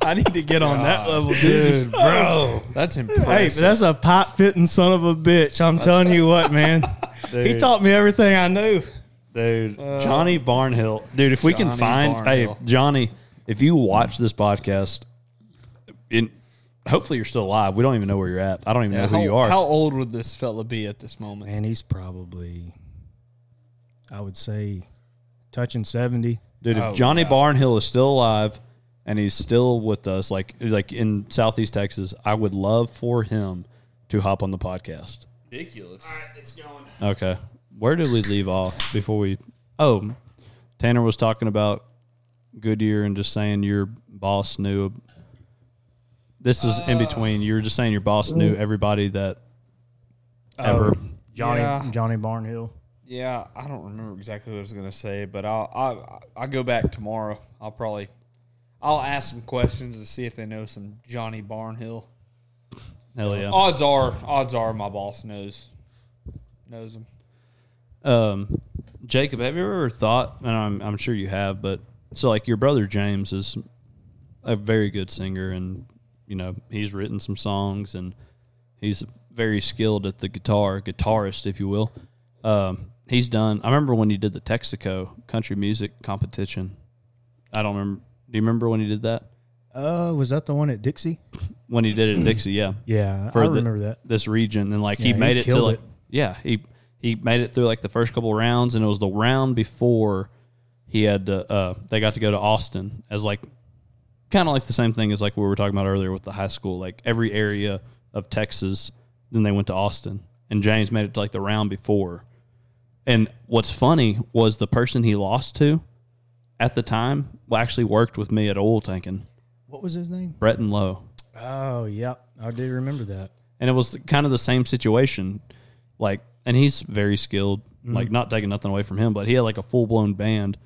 [SPEAKER 3] I need to get on that level, dude.
[SPEAKER 6] bro. That's
[SPEAKER 3] Hey, but
[SPEAKER 6] impressive.
[SPEAKER 3] that's a pipe fitting son of a bitch. I'm telling you what, man. He taught me everything I knew.
[SPEAKER 4] dude, Johnny Barnhill. Dude, if we can
[SPEAKER 6] Uh, Johnny
[SPEAKER 4] find
[SPEAKER 6] Barnhill.
[SPEAKER 4] hey Johnny, if you watch this podcast, in hopefully you're still alive. We don't even know where you're at. I don't even know who
[SPEAKER 6] how,
[SPEAKER 4] you are.
[SPEAKER 6] How old would this fella be at this moment?
[SPEAKER 3] And he's probably, I would say, touching 70.
[SPEAKER 4] dude, if
[SPEAKER 6] oh,
[SPEAKER 4] Johnny Barnhill is still alive and he's still with us, like like in Southeast Texas, I would love for him to hop on the podcast.
[SPEAKER 6] Ridiculous.
[SPEAKER 4] Okay. Where did we leave off before we? Oh, Tanner was talking about Goodyear and just saying your boss knew. This is in between. You were just saying your boss knew everybody that ever.
[SPEAKER 3] Johnny
[SPEAKER 6] Yeah.
[SPEAKER 3] Johnny Barnhill.
[SPEAKER 6] Yeah, I don't remember exactly what I was gonna say, but I'll I I'll go back tomorrow. I'll probably I'll ask some questions to see if they know some Johnny Barnhill.
[SPEAKER 4] Hell yeah.
[SPEAKER 6] Odds are, odds are, my boss knows knows him.
[SPEAKER 4] Um, Jacob, have you ever thought? And I'm I'm sure you have, but so like your brother James is a very good singer, and you know he's written some songs, and he's very skilled at the guitar, guitarist, if you will. Um, he's done. I remember when he did the Texaco country music competition. I don't remember. Do you remember when he did that?
[SPEAKER 3] Oh, was that the one at Dixie?
[SPEAKER 4] When he did it at Dixie, yeah.
[SPEAKER 3] Yeah,
[SPEAKER 4] For
[SPEAKER 3] I
[SPEAKER 4] the-
[SPEAKER 3] remember that.
[SPEAKER 4] This region and like he
[SPEAKER 3] Yeah, he
[SPEAKER 4] made it to
[SPEAKER 3] killed
[SPEAKER 4] like
[SPEAKER 3] it.
[SPEAKER 4] yeah he he made it through like the first couple rounds and it was the round before he had to uh they got to go to Austin as like kind of like the same thing as like we were talking about earlier with the high school like every area of Texas then they went to Austin and James made it to like the round before and what's funny was the person he lost to at the time actually worked with me at oil tanking
[SPEAKER 3] What was his name?
[SPEAKER 4] Bretton Lowe
[SPEAKER 3] Oh, yep. I do remember that.
[SPEAKER 4] and it was kind of the same situation like and he's very skilled
[SPEAKER 3] Mm-hmm.
[SPEAKER 4] like not taking nothing away from him but he had like a full-blown band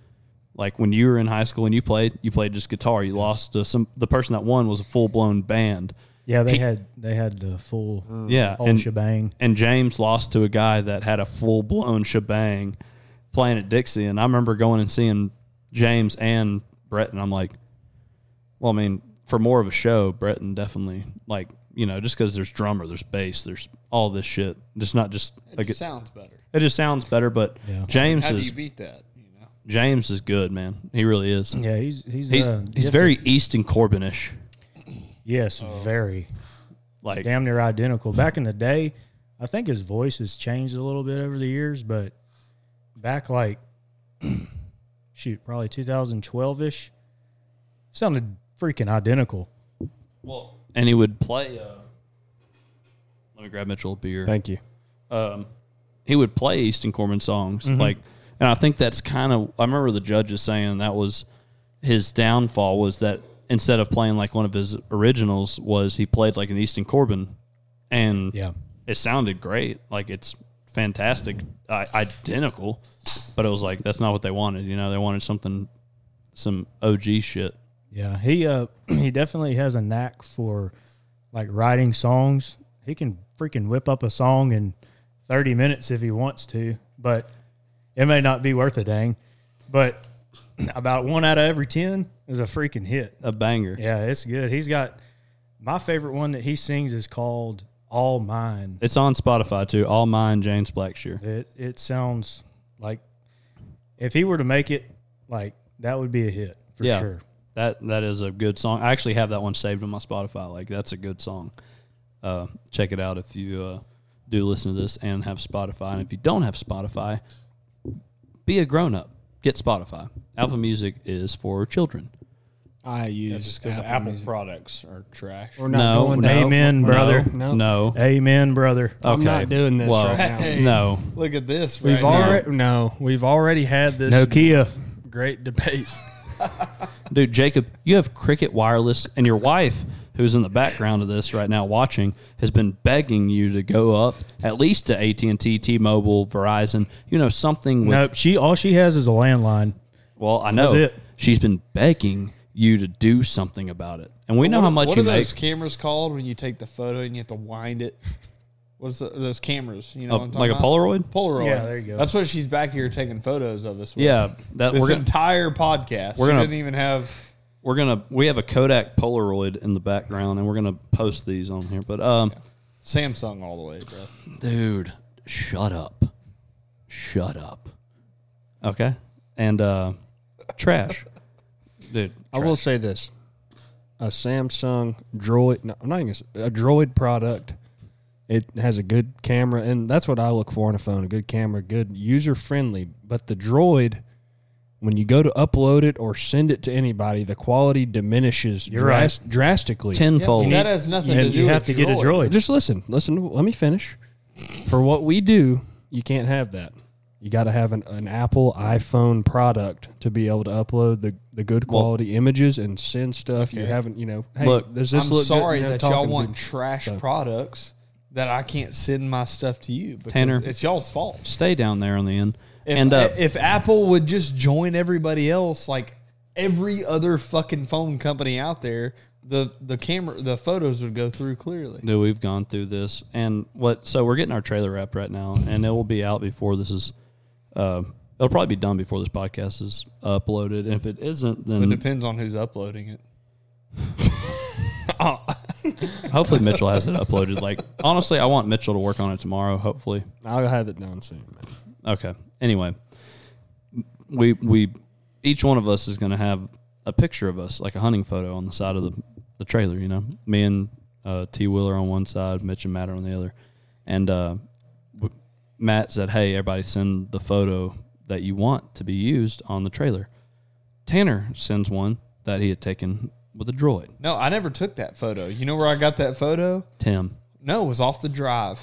[SPEAKER 4] like when you were in high school and you played you played just guitar you lost to some the person that won was a full-blown band
[SPEAKER 3] Yeah, they
[SPEAKER 4] He-
[SPEAKER 3] had they had the full
[SPEAKER 4] yeah
[SPEAKER 3] whole
[SPEAKER 4] and,
[SPEAKER 3] shebang.
[SPEAKER 4] and james lost to a guy that had a full-blown shebang playing at dixie and i remember going and seeing james and brett and i'm like well i mean for more of a show bretton definitely like you know just because there's drummer there's bass there's all this shit just not just a, gu-
[SPEAKER 6] sounds better.
[SPEAKER 4] It just sounds better, but James
[SPEAKER 6] How do
[SPEAKER 4] is
[SPEAKER 6] you beat that? You know,
[SPEAKER 4] James is good, man. He really is.
[SPEAKER 3] Yeah, he's he's
[SPEAKER 4] He,
[SPEAKER 3] uh,
[SPEAKER 4] he's
[SPEAKER 3] gifted.
[SPEAKER 4] very Easton Corbinish.
[SPEAKER 3] yes, very
[SPEAKER 4] Like
[SPEAKER 3] damn near identical. Back in the day, I think his voice has changed a little bit over the years, but back like shoot, probably 2012 ish, sounded freaking identical.
[SPEAKER 4] well, and he would play. Uh, let me grab Mitchell a beer.
[SPEAKER 5] Thank you.
[SPEAKER 4] um, he would play Easton Corbin songs.
[SPEAKER 3] Mm-hmm.
[SPEAKER 4] Like, and I think that's kind of I remember the judges saying that was his downfall was that instead of playing like one of his originals, was he played like an Easton Corbin, and
[SPEAKER 3] Yeah.
[SPEAKER 4] it sounded great. Like it's fantastic, I, identical, but it was like that's not what they wanted. You know, they wanted something, some OG shit.
[SPEAKER 3] Yeah, he uh he definitely has a knack for like writing songs. He can freaking whip up a song in 30 minutes if he wants to, but it may not be worth a dang. But about 1 out of every 10 is a freaking hit.
[SPEAKER 4] A banger.
[SPEAKER 3] Yeah, it's good. He's got my favorite one that he sings is called All Mine.
[SPEAKER 4] It's on Spotify too. All mine, James Blackshear.
[SPEAKER 3] It it sounds like if he were to make it like that would be a hit for
[SPEAKER 4] yeah,
[SPEAKER 3] sure.
[SPEAKER 4] that that is a good song. I actually have that one saved on my Spotify. Like that's a good song. Uh, check it out if you uh, do listen to this and have Spotify. And if you don't have Spotify, be a grown up. Get Spotify. Apple Music is for children.
[SPEAKER 5] I use
[SPEAKER 6] just because Apple, products are trash.
[SPEAKER 5] We're not
[SPEAKER 4] No,
[SPEAKER 5] going
[SPEAKER 4] no,
[SPEAKER 5] down.
[SPEAKER 3] Amen,
[SPEAKER 5] No,
[SPEAKER 3] brother.
[SPEAKER 5] No,
[SPEAKER 4] No.
[SPEAKER 3] Amen, brother.
[SPEAKER 4] Okay.
[SPEAKER 5] I'm not doing this
[SPEAKER 4] Well,
[SPEAKER 5] right now.
[SPEAKER 4] No.
[SPEAKER 6] Look at this.
[SPEAKER 5] We've
[SPEAKER 6] right
[SPEAKER 5] already no. We've already had this
[SPEAKER 3] Nokia.
[SPEAKER 5] great debate.
[SPEAKER 4] Dude, Jacob, you have Cricket Wireless, and your wife, who's in the background of this right now watching, has been begging you to go up at least to AT and T, T-Mobile, Verizon. You know something with
[SPEAKER 3] Nope. She all she has is a landline.
[SPEAKER 4] Well, I know
[SPEAKER 3] That's it.
[SPEAKER 4] she's been begging you to do something about it, and we know
[SPEAKER 6] What-
[SPEAKER 4] how much
[SPEAKER 6] What
[SPEAKER 4] you
[SPEAKER 6] are
[SPEAKER 4] make.
[SPEAKER 6] those cameras called when you take the photo and you have to wind it? What's the, those cameras? You know,
[SPEAKER 4] Uh,
[SPEAKER 6] what I'm
[SPEAKER 4] like a
[SPEAKER 6] talking
[SPEAKER 4] Polaroid.
[SPEAKER 6] about? Polaroid.
[SPEAKER 3] Yeah, there you go.
[SPEAKER 6] That's what she's back here taking photos of us. With.
[SPEAKER 4] Yeah, that
[SPEAKER 6] this
[SPEAKER 4] we're gonna,
[SPEAKER 6] entire podcast.
[SPEAKER 4] we're
[SPEAKER 6] She
[SPEAKER 4] gonna-
[SPEAKER 6] didn't even have.
[SPEAKER 4] we're gonna we have a Kodak Polaroid in the background, and we're gonna post these on here. But um,
[SPEAKER 6] Samsung all the way, bro.
[SPEAKER 4] dude, shut up, shut up. Okay, and uh, trash, dude.
[SPEAKER 5] I will say this: a Samsung Droid, no, I'm not even gonna say- a Droid product. It has a good camera, and that's what I look for in a phone: a good camera, good user friendly. But the Droid, when you go to upload it or send it to anybody, the quality diminishes dras- drastically.
[SPEAKER 4] tenfold.
[SPEAKER 6] that has nothing to
[SPEAKER 3] And
[SPEAKER 6] do.
[SPEAKER 3] you
[SPEAKER 6] with
[SPEAKER 3] have to get a droid.
[SPEAKER 5] Just listen, listen. Let me finish. For what we do, you can't have that. You got to have an, an Apple iPhone product to be able to upload the, the good quality images and send stuff. You haven't, you know. Hey,
[SPEAKER 4] Look,
[SPEAKER 5] does
[SPEAKER 6] I'm
[SPEAKER 5] this look
[SPEAKER 6] sorry
[SPEAKER 5] good? You know,
[SPEAKER 6] that y'all
[SPEAKER 5] talking to
[SPEAKER 6] want
[SPEAKER 5] people.
[SPEAKER 6] trash
[SPEAKER 5] So-
[SPEAKER 6] products that I can't send my stuff to you. Because
[SPEAKER 4] Tanner.
[SPEAKER 6] it's y'all's fault.
[SPEAKER 4] Stay down there on the end.
[SPEAKER 6] If,
[SPEAKER 4] and uh,
[SPEAKER 6] if Apple would just join everybody else, like every other fucking phone company out there, the the camera, the photos would go through clearly.
[SPEAKER 4] that we've gone through this and what so we're getting our trailer wrapped right now and it will be out before this is uh, it'll probably be done before this podcast is uploaded
[SPEAKER 5] Mm-hmm.
[SPEAKER 4] and if it isn't
[SPEAKER 6] It
[SPEAKER 4] then
[SPEAKER 6] depends on who's uploading it.
[SPEAKER 4] Hopefully Mitchell has it uploaded. Like honestly, I want Mitchell to work on it tomorrow. Hopefully.
[SPEAKER 5] I'll have it done soon. Man.
[SPEAKER 4] Okay. Anyway, we we each one of us is going to have a picture of us, like a hunting photo, on the side of the the trailer. You know, me and uh, T. Wheeler on one side, Mitch and Matt are on the other, and uh, w- Matt said, "Hey, everybody, send the photo that you want to be used on the trailer." Tanner sends one that he had taken with a droid.
[SPEAKER 6] No, I never took that photo. You know where I got that photo?
[SPEAKER 4] Tim,
[SPEAKER 6] No, it was off the drive.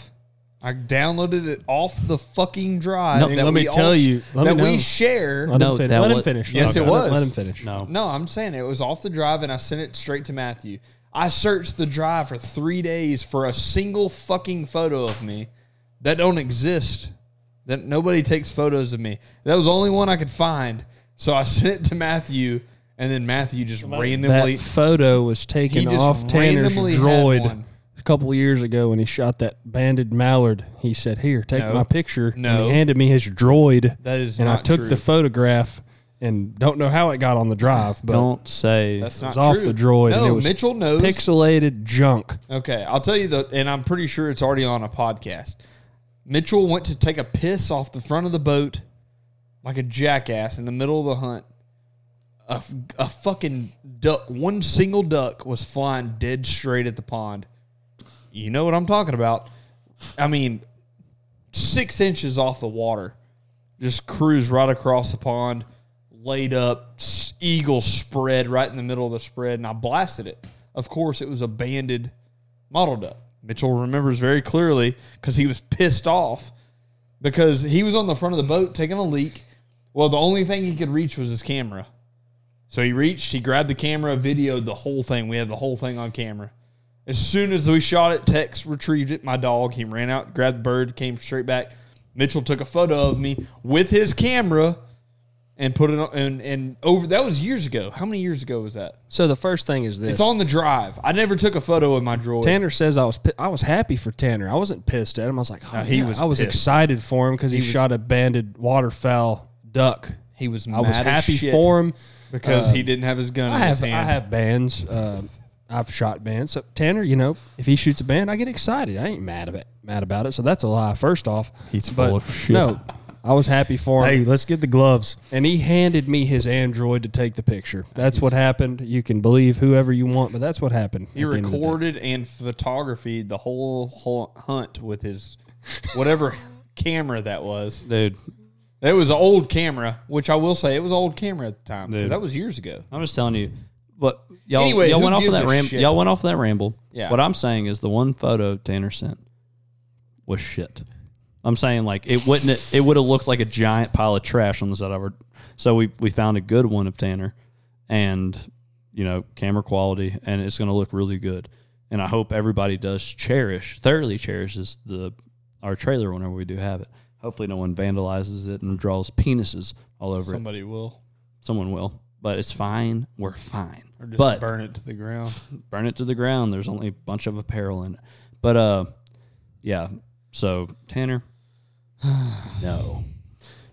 [SPEAKER 6] I downloaded it off the fucking drive.
[SPEAKER 4] No,
[SPEAKER 6] that
[SPEAKER 5] let
[SPEAKER 6] we
[SPEAKER 5] me tell you- let me
[SPEAKER 6] that we
[SPEAKER 5] know.
[SPEAKER 6] share.
[SPEAKER 5] Let
[SPEAKER 4] No,
[SPEAKER 5] him finish.
[SPEAKER 4] that
[SPEAKER 5] Let him
[SPEAKER 4] was-
[SPEAKER 5] finish.
[SPEAKER 6] Yes,
[SPEAKER 5] Let
[SPEAKER 6] it
[SPEAKER 5] him-
[SPEAKER 6] was.
[SPEAKER 5] Let him finish.
[SPEAKER 4] no,
[SPEAKER 6] No, I'm saying it was off the drive and I sent it straight to Matthew. I searched the drive for three days for a single fucking photo of me that don't exist. That nobody takes photos of me. That was the only one I could find. So I sent it to Matthew, and then Matthew just randomly.
[SPEAKER 5] That photo was
[SPEAKER 6] He
[SPEAKER 5] taken
[SPEAKER 6] just
[SPEAKER 5] off Tanner's
[SPEAKER 6] randomly had
[SPEAKER 5] droid
[SPEAKER 6] one.
[SPEAKER 5] a couple of years ago when he shot that banded mallard. He said, "Here, take
[SPEAKER 6] No.
[SPEAKER 5] my picture." and
[SPEAKER 6] No.
[SPEAKER 5] he handed me his droid.
[SPEAKER 6] That is
[SPEAKER 5] and I
[SPEAKER 6] not
[SPEAKER 5] took
[SPEAKER 6] true.
[SPEAKER 5] the photograph and don't know how it got on the drive, but
[SPEAKER 4] don't say.
[SPEAKER 6] That's
[SPEAKER 5] it
[SPEAKER 6] not
[SPEAKER 5] was off
[SPEAKER 6] true.
[SPEAKER 5] the droid.
[SPEAKER 6] No,
[SPEAKER 5] and it was
[SPEAKER 6] Mitchell knows.
[SPEAKER 5] pixelated junk.
[SPEAKER 6] Okay, I'll tell you the, and I'm pretty sure it's already on a podcast. Mitchell went to take a piss off the front of the boat like a jackass in the middle of the hunt. A, f- a fucking duck, one single duck was flying dead straight at the pond. You know what I'm talking about. I mean, six inches off the water, just cruised right across the pond, laid up, s- eagle spread right in the middle of the spread, and I blasted it. Of course, it was a banded model duck. Mitchell remembers very clearly because he was pissed off because he was on the front of the boat taking a leak. Well, the only thing he could reach was his camera. So he reached, he grabbed the camera, videoed the whole thing. We have the whole thing on camera. As soon as we shot it, Tex retrieved it. My dog, he ran out, grabbed the bird, came straight back. Mitchell took a photo of me with his camera and put it on and, and over that was years ago. How many years ago was that?
[SPEAKER 5] So the first thing is this:
[SPEAKER 6] It's on the drive. I never took a photo of my droid.
[SPEAKER 5] Tanner says I was pi- I was happy for Tanner. I wasn't pissed at him. I was like, oh,
[SPEAKER 6] he
[SPEAKER 5] yeah.
[SPEAKER 6] was
[SPEAKER 5] I was
[SPEAKER 6] pissed.
[SPEAKER 5] excited for him because he,
[SPEAKER 6] was-
[SPEAKER 5] shot a banded waterfowl duck.
[SPEAKER 6] He was
[SPEAKER 5] I was
[SPEAKER 6] mad as
[SPEAKER 5] happy
[SPEAKER 6] shit.
[SPEAKER 5] for him.
[SPEAKER 6] because he didn't have his gun.
[SPEAKER 5] Um, I
[SPEAKER 6] in his
[SPEAKER 5] have I
[SPEAKER 6] hand.
[SPEAKER 5] have bands. Uh, I've shot bands. So Tanner, you know, if he shoots a band, I get excited. I ain't mad about mad about it. So that's a lie. First off,
[SPEAKER 4] He's
[SPEAKER 5] But
[SPEAKER 4] full of shit.
[SPEAKER 5] No, I was happy for him,
[SPEAKER 7] Hey, let's get the gloves.
[SPEAKER 5] and he handed me his Android to take the picture. That's what happened. You can believe whoever you want, but that's what happened.
[SPEAKER 6] He
[SPEAKER 5] at the end of the day.
[SPEAKER 6] recorded and photographed the whole hu- hunt with his whatever camera that was.
[SPEAKER 4] dude.
[SPEAKER 6] It was an old camera, which I will say it was an old camera at the time because
[SPEAKER 4] Dude.
[SPEAKER 6] that was years ago.
[SPEAKER 4] I'm just telling you. But y'all,
[SPEAKER 6] Anyway,
[SPEAKER 4] y'all
[SPEAKER 6] who
[SPEAKER 4] went off of
[SPEAKER 6] gives
[SPEAKER 4] that
[SPEAKER 6] a
[SPEAKER 4] ram-
[SPEAKER 6] shit?
[SPEAKER 4] y'all went off of that ramble.
[SPEAKER 6] Yeah.
[SPEAKER 4] What I'm saying is the one photo Tanner sent was shit. I'm saying like it wouldn't it, would have looked like a giant pile of trash on the side of our. So we we found a good one of Tanner, and you know camera quality, and it's going to look really good. And I hope everybody does cherish thoroughly cherishes the our trailer whenever we do have it. Hopefully, no one vandalizes it and draws penises all over it
[SPEAKER 6] Somebody will
[SPEAKER 4] someone will, but it's fine. We're fine.
[SPEAKER 6] or just
[SPEAKER 4] but burn.
[SPEAKER 6] burn it to the ground.
[SPEAKER 4] it to the ground. There's only a bunch of apparel in it. But uh, yeah. So Tanner, no.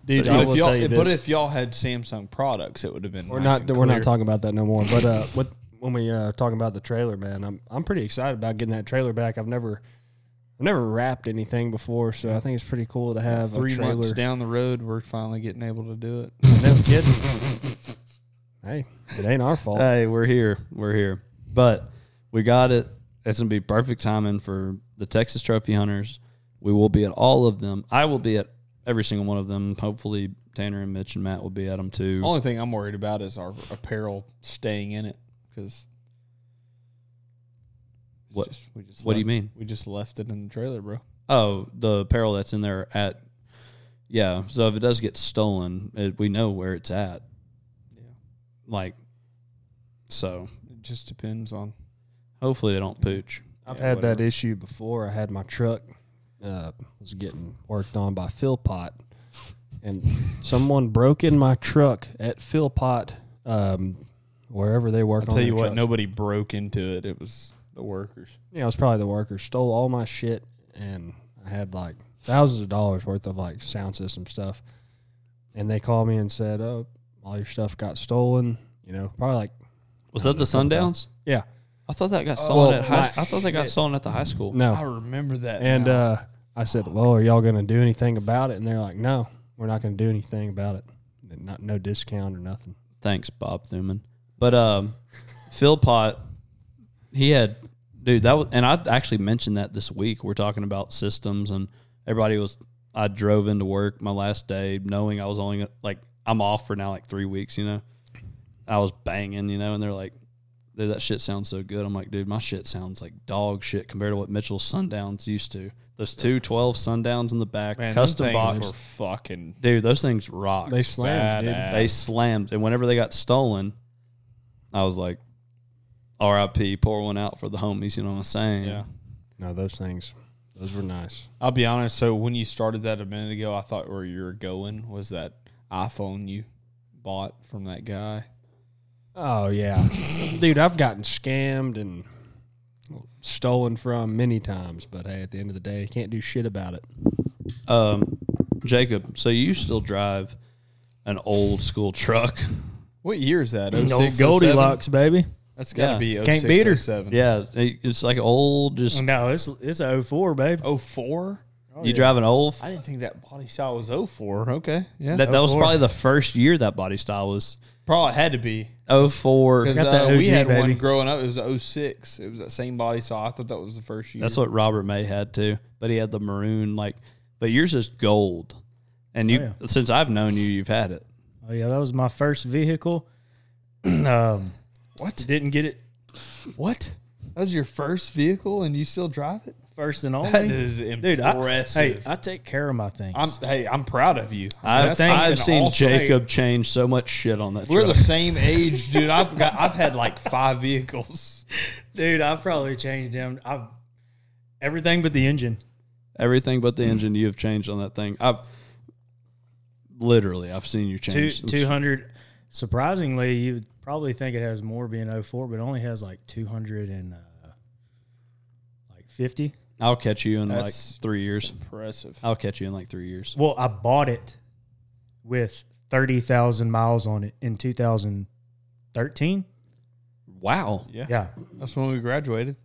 [SPEAKER 5] dude.
[SPEAKER 6] But
[SPEAKER 5] I
[SPEAKER 6] if
[SPEAKER 5] will
[SPEAKER 6] y'all,
[SPEAKER 5] tell you this.
[SPEAKER 6] but if y'all had Samsung products, it would have been.
[SPEAKER 5] We're
[SPEAKER 6] nice
[SPEAKER 5] not
[SPEAKER 6] and
[SPEAKER 5] we're not
[SPEAKER 6] clear.
[SPEAKER 5] talking about that no more. But uh, what when we uh talking about the trailer, man, I'm I'm pretty excited about getting that trailer back. I've never I've never wrapped anything before, so I think it's pretty cool to have a
[SPEAKER 6] Three
[SPEAKER 5] trailer.
[SPEAKER 6] months down the road, we're finally getting able to do it.
[SPEAKER 5] No kidding. hey, it ain't our fault.
[SPEAKER 6] Uh,
[SPEAKER 4] Hey, we're here. We're here. But we got it. It's gonna be perfect timing for the Texas Trophy Hunters. We will be at all of them. I will be at every single one of them. Hopefully, Tanner and Mitch and Matt will be at them too.
[SPEAKER 6] Only thing I'm worried about is our apparel staying in it because.
[SPEAKER 4] What-
[SPEAKER 6] we just
[SPEAKER 4] what do you
[SPEAKER 6] left-
[SPEAKER 4] mean?
[SPEAKER 6] We just left it in the trailer, bro.
[SPEAKER 4] Oh, the apparel that's in there at yeah. So if it does get stolen, it, we know where it's at. Yeah. Like, so
[SPEAKER 6] It just depends on.
[SPEAKER 4] hopefully they don't pooch.
[SPEAKER 5] I've had that issue before. I had my truck uh, was getting worked on by Philpot, and someone broke in my truck at Philpot, um, wherever they work.
[SPEAKER 6] I'll
[SPEAKER 5] on
[SPEAKER 6] tell
[SPEAKER 5] their
[SPEAKER 6] you what,
[SPEAKER 5] trucks.
[SPEAKER 6] nobody broke into it. It was the workers.
[SPEAKER 5] you know, it was probably the workers stole all my shit, and I had like thousands of dollars worth of like sound system stuff. And they called me and said, "Oh, all your stuff got stolen." You know, probably like
[SPEAKER 4] Was that the Sundowns?
[SPEAKER 5] yeah.
[SPEAKER 4] I thought that got
[SPEAKER 6] Oh, Well,
[SPEAKER 4] sold at high.
[SPEAKER 6] my
[SPEAKER 4] I thought they got sold at the high school.
[SPEAKER 6] I
[SPEAKER 5] No.
[SPEAKER 6] remember that.
[SPEAKER 5] And
[SPEAKER 6] now.
[SPEAKER 5] uh, I said, "Well, are y'all going to do anything about it?" And they're like, "No, we're not going to do anything about it. And Not no discount or nothing."
[SPEAKER 4] Thanks, Bob Thuman. But um, Philpott, he had dude that was, and I actually mentioned that this week. We're talking about systems, and everybody was. I drove into work my last day, knowing I was only like I'm off for now like three weeks. You know, I was banging. You know, and they're like, "Dude, that shit sounds so good." I'm like, "Dude, my shit sounds like dog shit compared to what Mitchell's Sundowns used to." Those two twelve Sundowns in the back,
[SPEAKER 6] Man, them
[SPEAKER 4] custom
[SPEAKER 6] things
[SPEAKER 4] box,
[SPEAKER 6] were fucking
[SPEAKER 4] dude. Those things rock.
[SPEAKER 5] They slammed, dude.
[SPEAKER 6] badass.
[SPEAKER 4] They slammed, and whenever they got stolen, I was like, "R.I.P. Pour one out for the homies." You know what I'm saying?
[SPEAKER 6] Yeah.
[SPEAKER 5] No, those things, those were nice.
[SPEAKER 6] I'll be honest. So when you started that a minute ago, I thought where you were going was that iPhone you bought from that guy.
[SPEAKER 5] Oh yeah, dude, I've gotten scammed and stolen from many times, but hey, at the end of the day, can't do shit about it.
[SPEAKER 4] Um, Jacob, so you still drive an old school truck?
[SPEAKER 6] What year is that?
[SPEAKER 7] No
[SPEAKER 6] 06, 07?
[SPEAKER 7] Goldilocks, baby.
[SPEAKER 6] That's got to
[SPEAKER 4] Yeah.
[SPEAKER 6] be 06,
[SPEAKER 7] Can't beat her.
[SPEAKER 6] 07.
[SPEAKER 4] Yeah, it- it's like old. Just
[SPEAKER 7] No, it's it's a 04, babe.
[SPEAKER 6] 04?
[SPEAKER 4] you drive an old.
[SPEAKER 6] I didn't think that body style was 04. Okay. Yeah.
[SPEAKER 4] That, that was probably the first year that body style was
[SPEAKER 6] probably had to be.
[SPEAKER 4] 04.
[SPEAKER 6] Because
[SPEAKER 7] Got that
[SPEAKER 6] uh, we
[SPEAKER 7] OG,
[SPEAKER 6] had one
[SPEAKER 7] baby.
[SPEAKER 6] growing up. It was 06. It was that same body style. I thought that was the first year.
[SPEAKER 4] That's what Robert May had too, but he had the maroon like, but yours is gold, and you since I've known you, you've had it.
[SPEAKER 7] Oh yeah, that was my first vehicle. um, what? Didn't get it
[SPEAKER 6] What? That was your first vehicle and you still drive it?
[SPEAKER 7] first and only.
[SPEAKER 6] That is
[SPEAKER 7] Dude, I-
[SPEAKER 6] impressive.
[SPEAKER 7] hey, I take care of my things.
[SPEAKER 6] I'm, hey, I'm proud of you.
[SPEAKER 4] I've,
[SPEAKER 6] That's not even
[SPEAKER 4] I've seen
[SPEAKER 6] awesome. Hey,
[SPEAKER 4] Jacob change so much shit on that
[SPEAKER 6] We're
[SPEAKER 4] truck.
[SPEAKER 6] the same age, dude. I've got I've had like five vehicles.
[SPEAKER 7] Dude, I probably changed them. I everything but the engine.
[SPEAKER 4] Everything but the engine you have changed on that thing. I've literally I've seen you
[SPEAKER 7] Two
[SPEAKER 4] change.
[SPEAKER 7] two hundred. Surprisingly, you would probably think it has more being 04, but it only has like two hundred and uh, like fifty.
[SPEAKER 4] I'll catch you in like
[SPEAKER 6] That's-
[SPEAKER 4] three years.
[SPEAKER 6] Impressive.
[SPEAKER 4] I'll catch you in like three years.
[SPEAKER 7] Well, I bought it with thirty thousand miles on it in two thousand thirteen.
[SPEAKER 4] Wow.
[SPEAKER 6] Yeah.
[SPEAKER 7] Yeah,
[SPEAKER 6] That's when we graduated.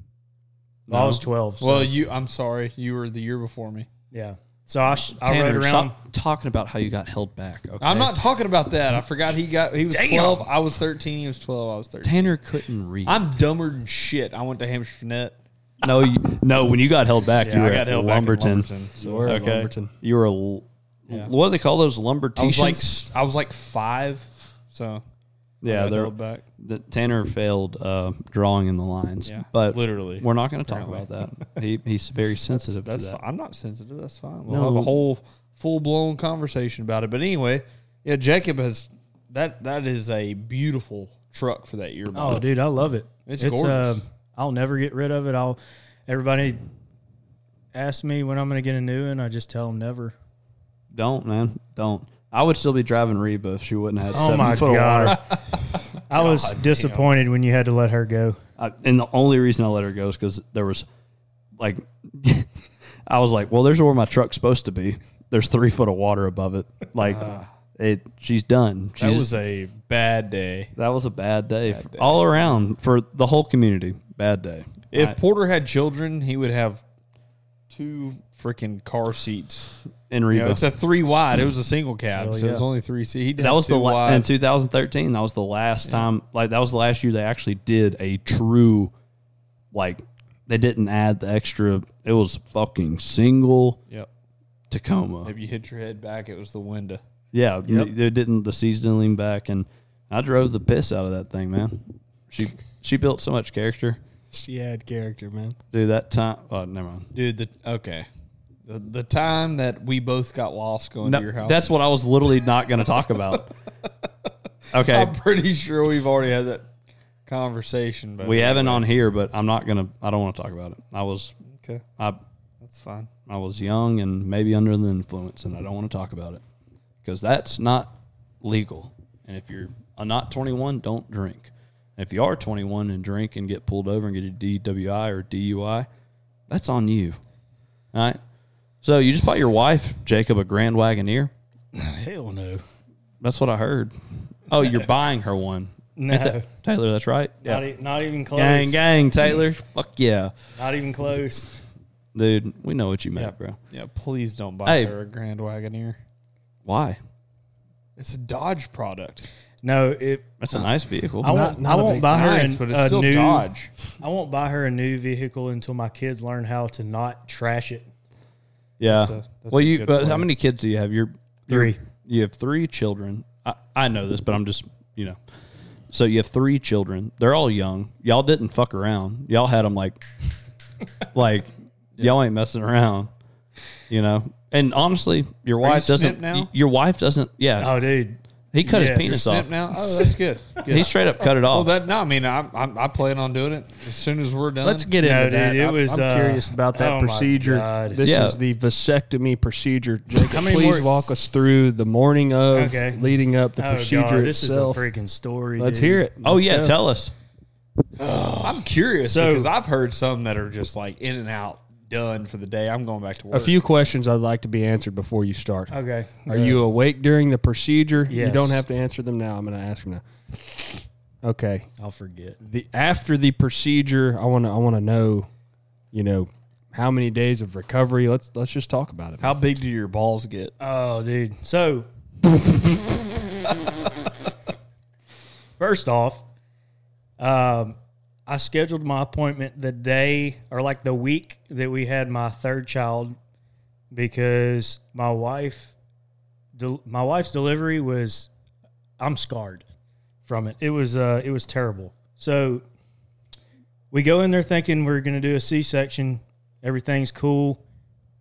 [SPEAKER 7] Well, I was twelve. so-
[SPEAKER 6] Well, you I'm sorry, you were the year before me.
[SPEAKER 7] yeah. So I, sh- I
[SPEAKER 4] Tanner,
[SPEAKER 7] rode around.
[SPEAKER 4] stop talking about how you got held back. Okay?
[SPEAKER 6] I'm not talking about that. I forgot he got he was twelve. I was thirteen, he was twelve, I was thirteen.
[SPEAKER 4] Tanner couldn't read.
[SPEAKER 6] I'm dumber than shit. I went to Hampshire Finette.
[SPEAKER 4] no, you, no. When you got held back, you
[SPEAKER 6] I
[SPEAKER 4] were
[SPEAKER 6] got
[SPEAKER 4] at
[SPEAKER 6] held back in
[SPEAKER 4] Lumberton.
[SPEAKER 6] Lumberton.
[SPEAKER 5] So we're at
[SPEAKER 4] Okay.
[SPEAKER 5] Lumberton.
[SPEAKER 4] You were. A, l-
[SPEAKER 6] Yeah.
[SPEAKER 4] What do they call those lumber
[SPEAKER 6] I was like
[SPEAKER 4] teachings?
[SPEAKER 6] I was like five, so I
[SPEAKER 4] yeah,
[SPEAKER 6] got
[SPEAKER 4] they're
[SPEAKER 6] held back.
[SPEAKER 4] the, Tanner failed uh, drawing in the lines.
[SPEAKER 6] Yeah.
[SPEAKER 4] but
[SPEAKER 6] Literally.
[SPEAKER 4] we're not going to talk
[SPEAKER 6] Apparently.
[SPEAKER 4] about that. He he's very sensitive
[SPEAKER 6] That's
[SPEAKER 4] to that.
[SPEAKER 6] fine. I'm not sensitive. That's fine. We'll have
[SPEAKER 4] No.
[SPEAKER 6] a whole full blown conversation about it. But anyway, yeah, Jacob has that. That is a beautiful truck for that year.
[SPEAKER 7] Oh, dude, I love it.
[SPEAKER 6] It's gorgeous.
[SPEAKER 7] uh, I'll never get rid of it. I'll. Everybody asks me when I'm going to get a new one. I just tell them never.
[SPEAKER 4] Don't, man. Don't. I would still be driving Reba if she wouldn't have had
[SPEAKER 7] Oh
[SPEAKER 4] seven
[SPEAKER 7] my
[SPEAKER 4] foot of water.
[SPEAKER 7] god! I was disappointed when you had to let her go.
[SPEAKER 4] I, and the only reason I let her go is because there was, like, I was like, well, there's where my truck's supposed to be. There's three foot of water above it. Like, it. She's done. She's,
[SPEAKER 6] Uh. that was a bad day.
[SPEAKER 4] that was a bad day, for- all around for the whole community. Bad day.
[SPEAKER 6] If
[SPEAKER 4] I-
[SPEAKER 6] Porter had children, he would have two freaking car seats.
[SPEAKER 4] in
[SPEAKER 6] You
[SPEAKER 4] Reba.
[SPEAKER 6] know, it's a three wide. It was a single cab, so it was only three seats.
[SPEAKER 4] that was
[SPEAKER 6] two
[SPEAKER 4] the la-
[SPEAKER 6] wide.
[SPEAKER 4] in 2013. That was the last time. Like that was the last year they actually did a true, like they didn't add the extra. It was fucking single
[SPEAKER 6] yep.
[SPEAKER 4] Tacoma.
[SPEAKER 6] If you hit your head back, it was the window.
[SPEAKER 4] Yeah, n- they didn't the season lean back, and I drove the piss out of that thing, man. She she built so much character.
[SPEAKER 5] She had character, man.
[SPEAKER 4] Dude, that time. Oh, never mind.
[SPEAKER 6] Dude, the okay. The, the time that we both got lost going
[SPEAKER 4] No,
[SPEAKER 6] to your house.
[SPEAKER 4] that's what I was literally not going to talk about. Okay,
[SPEAKER 6] I'm pretty sure we've already had that conversation, but
[SPEAKER 4] we haven't on here, but I'm not gonna. I don't want to talk about it. I was
[SPEAKER 6] Okay,
[SPEAKER 4] I
[SPEAKER 6] that's fine.
[SPEAKER 4] I was young and maybe under the influence, and I don't want to talk about it because that's not legal. And if you're not 21, don't drink. If you are 21 and drink and get pulled over and get a DWI or DUI, that's on you. All right. So you just bought your wife, Jacob, a Grand Wagoneer.
[SPEAKER 7] Hell no.
[SPEAKER 4] That's what I heard. Oh, you're buying her one.
[SPEAKER 8] No,
[SPEAKER 4] Ain't that- Taylor, that's right.
[SPEAKER 8] not, e- not even close.
[SPEAKER 4] Gang, gang, Taylor. Fuck yeah.
[SPEAKER 8] Not even close.
[SPEAKER 4] Dude, we know what you meant, bro.
[SPEAKER 6] Yeah, please don't buy
[SPEAKER 4] Hey.
[SPEAKER 6] her a Grand Wagoneer.
[SPEAKER 4] Why?
[SPEAKER 6] It's a Dodge product.
[SPEAKER 3] No, it.
[SPEAKER 4] That's a nice vehicle.
[SPEAKER 3] I won't. I won't buy her
[SPEAKER 6] nice,
[SPEAKER 3] an-
[SPEAKER 6] but it's
[SPEAKER 3] a
[SPEAKER 6] still
[SPEAKER 3] new.
[SPEAKER 6] Dodge.
[SPEAKER 3] I won't buy her a new vehicle until my kids learn how to not trash it.
[SPEAKER 4] yeah.
[SPEAKER 6] a- that's
[SPEAKER 4] well,
[SPEAKER 6] a
[SPEAKER 4] you.
[SPEAKER 6] good
[SPEAKER 4] But how
[SPEAKER 6] point.
[SPEAKER 4] many kids do you have? You're
[SPEAKER 3] Three.
[SPEAKER 4] You have three children. I, I know this, but I'm just you know. So you have three children. They're all young. Y'all didn't fuck around. Y'all had them like, like y'all ain't messing around. You know. And honestly, your wife doesn't.
[SPEAKER 6] snipped now?
[SPEAKER 4] y- Your wife doesn't. Yeah,
[SPEAKER 3] Oh, dude.
[SPEAKER 4] he
[SPEAKER 3] yeah,
[SPEAKER 4] cut his
[SPEAKER 3] you're
[SPEAKER 4] penis
[SPEAKER 6] Snip
[SPEAKER 4] off.
[SPEAKER 6] now. Oh, that's good. good.
[SPEAKER 4] He straight up cut it
[SPEAKER 6] well,
[SPEAKER 4] off.
[SPEAKER 6] that no, I mean, I'm, I'm I plan on doing it as soon as we're done.
[SPEAKER 5] Let's get into
[SPEAKER 3] No, dude,
[SPEAKER 5] that.
[SPEAKER 3] it
[SPEAKER 5] I'm-
[SPEAKER 3] was,
[SPEAKER 5] I'm,
[SPEAKER 3] uh,
[SPEAKER 5] curious about that
[SPEAKER 3] oh my
[SPEAKER 5] procedure.
[SPEAKER 3] God.
[SPEAKER 5] This
[SPEAKER 4] Yeah.
[SPEAKER 5] is the vasectomy procedure. Jacob,
[SPEAKER 3] many
[SPEAKER 5] please
[SPEAKER 3] more-
[SPEAKER 5] walk us through the morning of,
[SPEAKER 3] Okay.
[SPEAKER 5] leading up the
[SPEAKER 3] Oh
[SPEAKER 5] procedure
[SPEAKER 3] God, this
[SPEAKER 5] itself.
[SPEAKER 3] is a freaking story.
[SPEAKER 5] Let's
[SPEAKER 3] dude.
[SPEAKER 5] hear it.
[SPEAKER 4] oh
[SPEAKER 5] Let's
[SPEAKER 4] yeah,
[SPEAKER 5] go.
[SPEAKER 4] tell us.
[SPEAKER 6] I'm curious
[SPEAKER 3] So-
[SPEAKER 6] because I've heard some that are just like in and out, done for the day. I'm going back to
[SPEAKER 5] a
[SPEAKER 6] work.
[SPEAKER 5] few questions I'd like to be answered before you start.
[SPEAKER 3] Okay.
[SPEAKER 5] Are you awake during the procedure? You
[SPEAKER 3] Yes.
[SPEAKER 5] don't have to answer them now. I'm going to ask them now. Okay.
[SPEAKER 3] I'll forget.
[SPEAKER 5] The after the procedure, I want to I want to know, you know, how many days of recovery. Let's let's just talk about it.
[SPEAKER 6] How big do your balls get?
[SPEAKER 3] Oh, dude. So, first off, um, I scheduled my appointment the day or like the week that we had my third child because my wife, del- my wife's delivery was, I'm scarred from it. It was, uh, it was terrible. So, we go in there thinking we're going to do a C section. Everything's cool.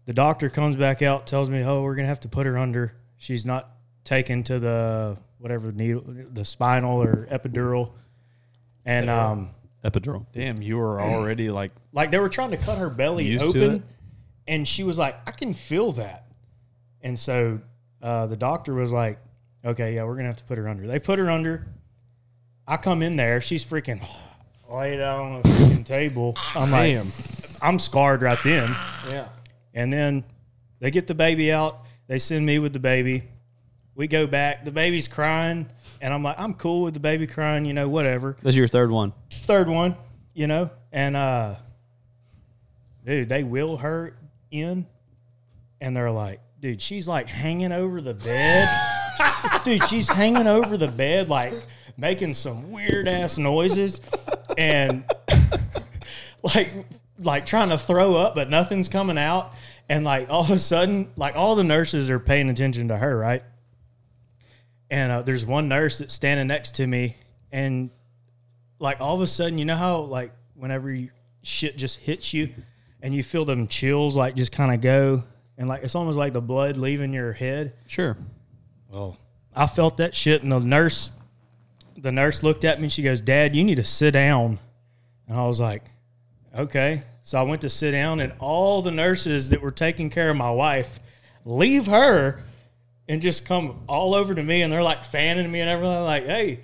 [SPEAKER 3] The doctor comes back out, tells me, "Oh, we're gonna have to put her under. She's not taken to the whatever needle, the spinal or epidural." And um,
[SPEAKER 4] Epidural.
[SPEAKER 6] Damn, you were already like
[SPEAKER 3] like they were trying to cut her belly
[SPEAKER 6] Used to it?
[SPEAKER 3] open, and she was like, "I can feel that." And so uh, the doctor was like, "Okay, yeah, we're gonna have to put her under." They put her under. I come in there, she's freaking laid out on the freaking table. I'm like, I'm scarred right then.
[SPEAKER 5] Yeah.
[SPEAKER 3] And then they get the baby out. They send me with the baby. We go back. The baby's crying. And I'm like, I'm cool with the baby crying, you know, whatever.
[SPEAKER 4] That's your third one.
[SPEAKER 3] Third one, you know, and uh dude, they wheel her in and they're like, dude, she's like hanging over the bed. dude, she's hanging over the bed, like making some weird ass noises and like like trying to throw up, but nothing's coming out. And like all of a sudden, like all the nurses are paying attention to her, right? And uh, there's one nurse that's standing next to me, and like all of a sudden, you know how like whenever you, shit just hits you, and you feel them chills like just kind of go, and like it's almost like the blood leaving your head.
[SPEAKER 4] Sure.
[SPEAKER 3] I felt that shit, and the nurse, the nurse looked at me. and She goes, "Dad, you need to sit down." And I was like, "Okay." So I went to sit down, and all the nurses that were taking care of my wife leave her and just come all over to me, and they're like fanning me and everything. Like, hey,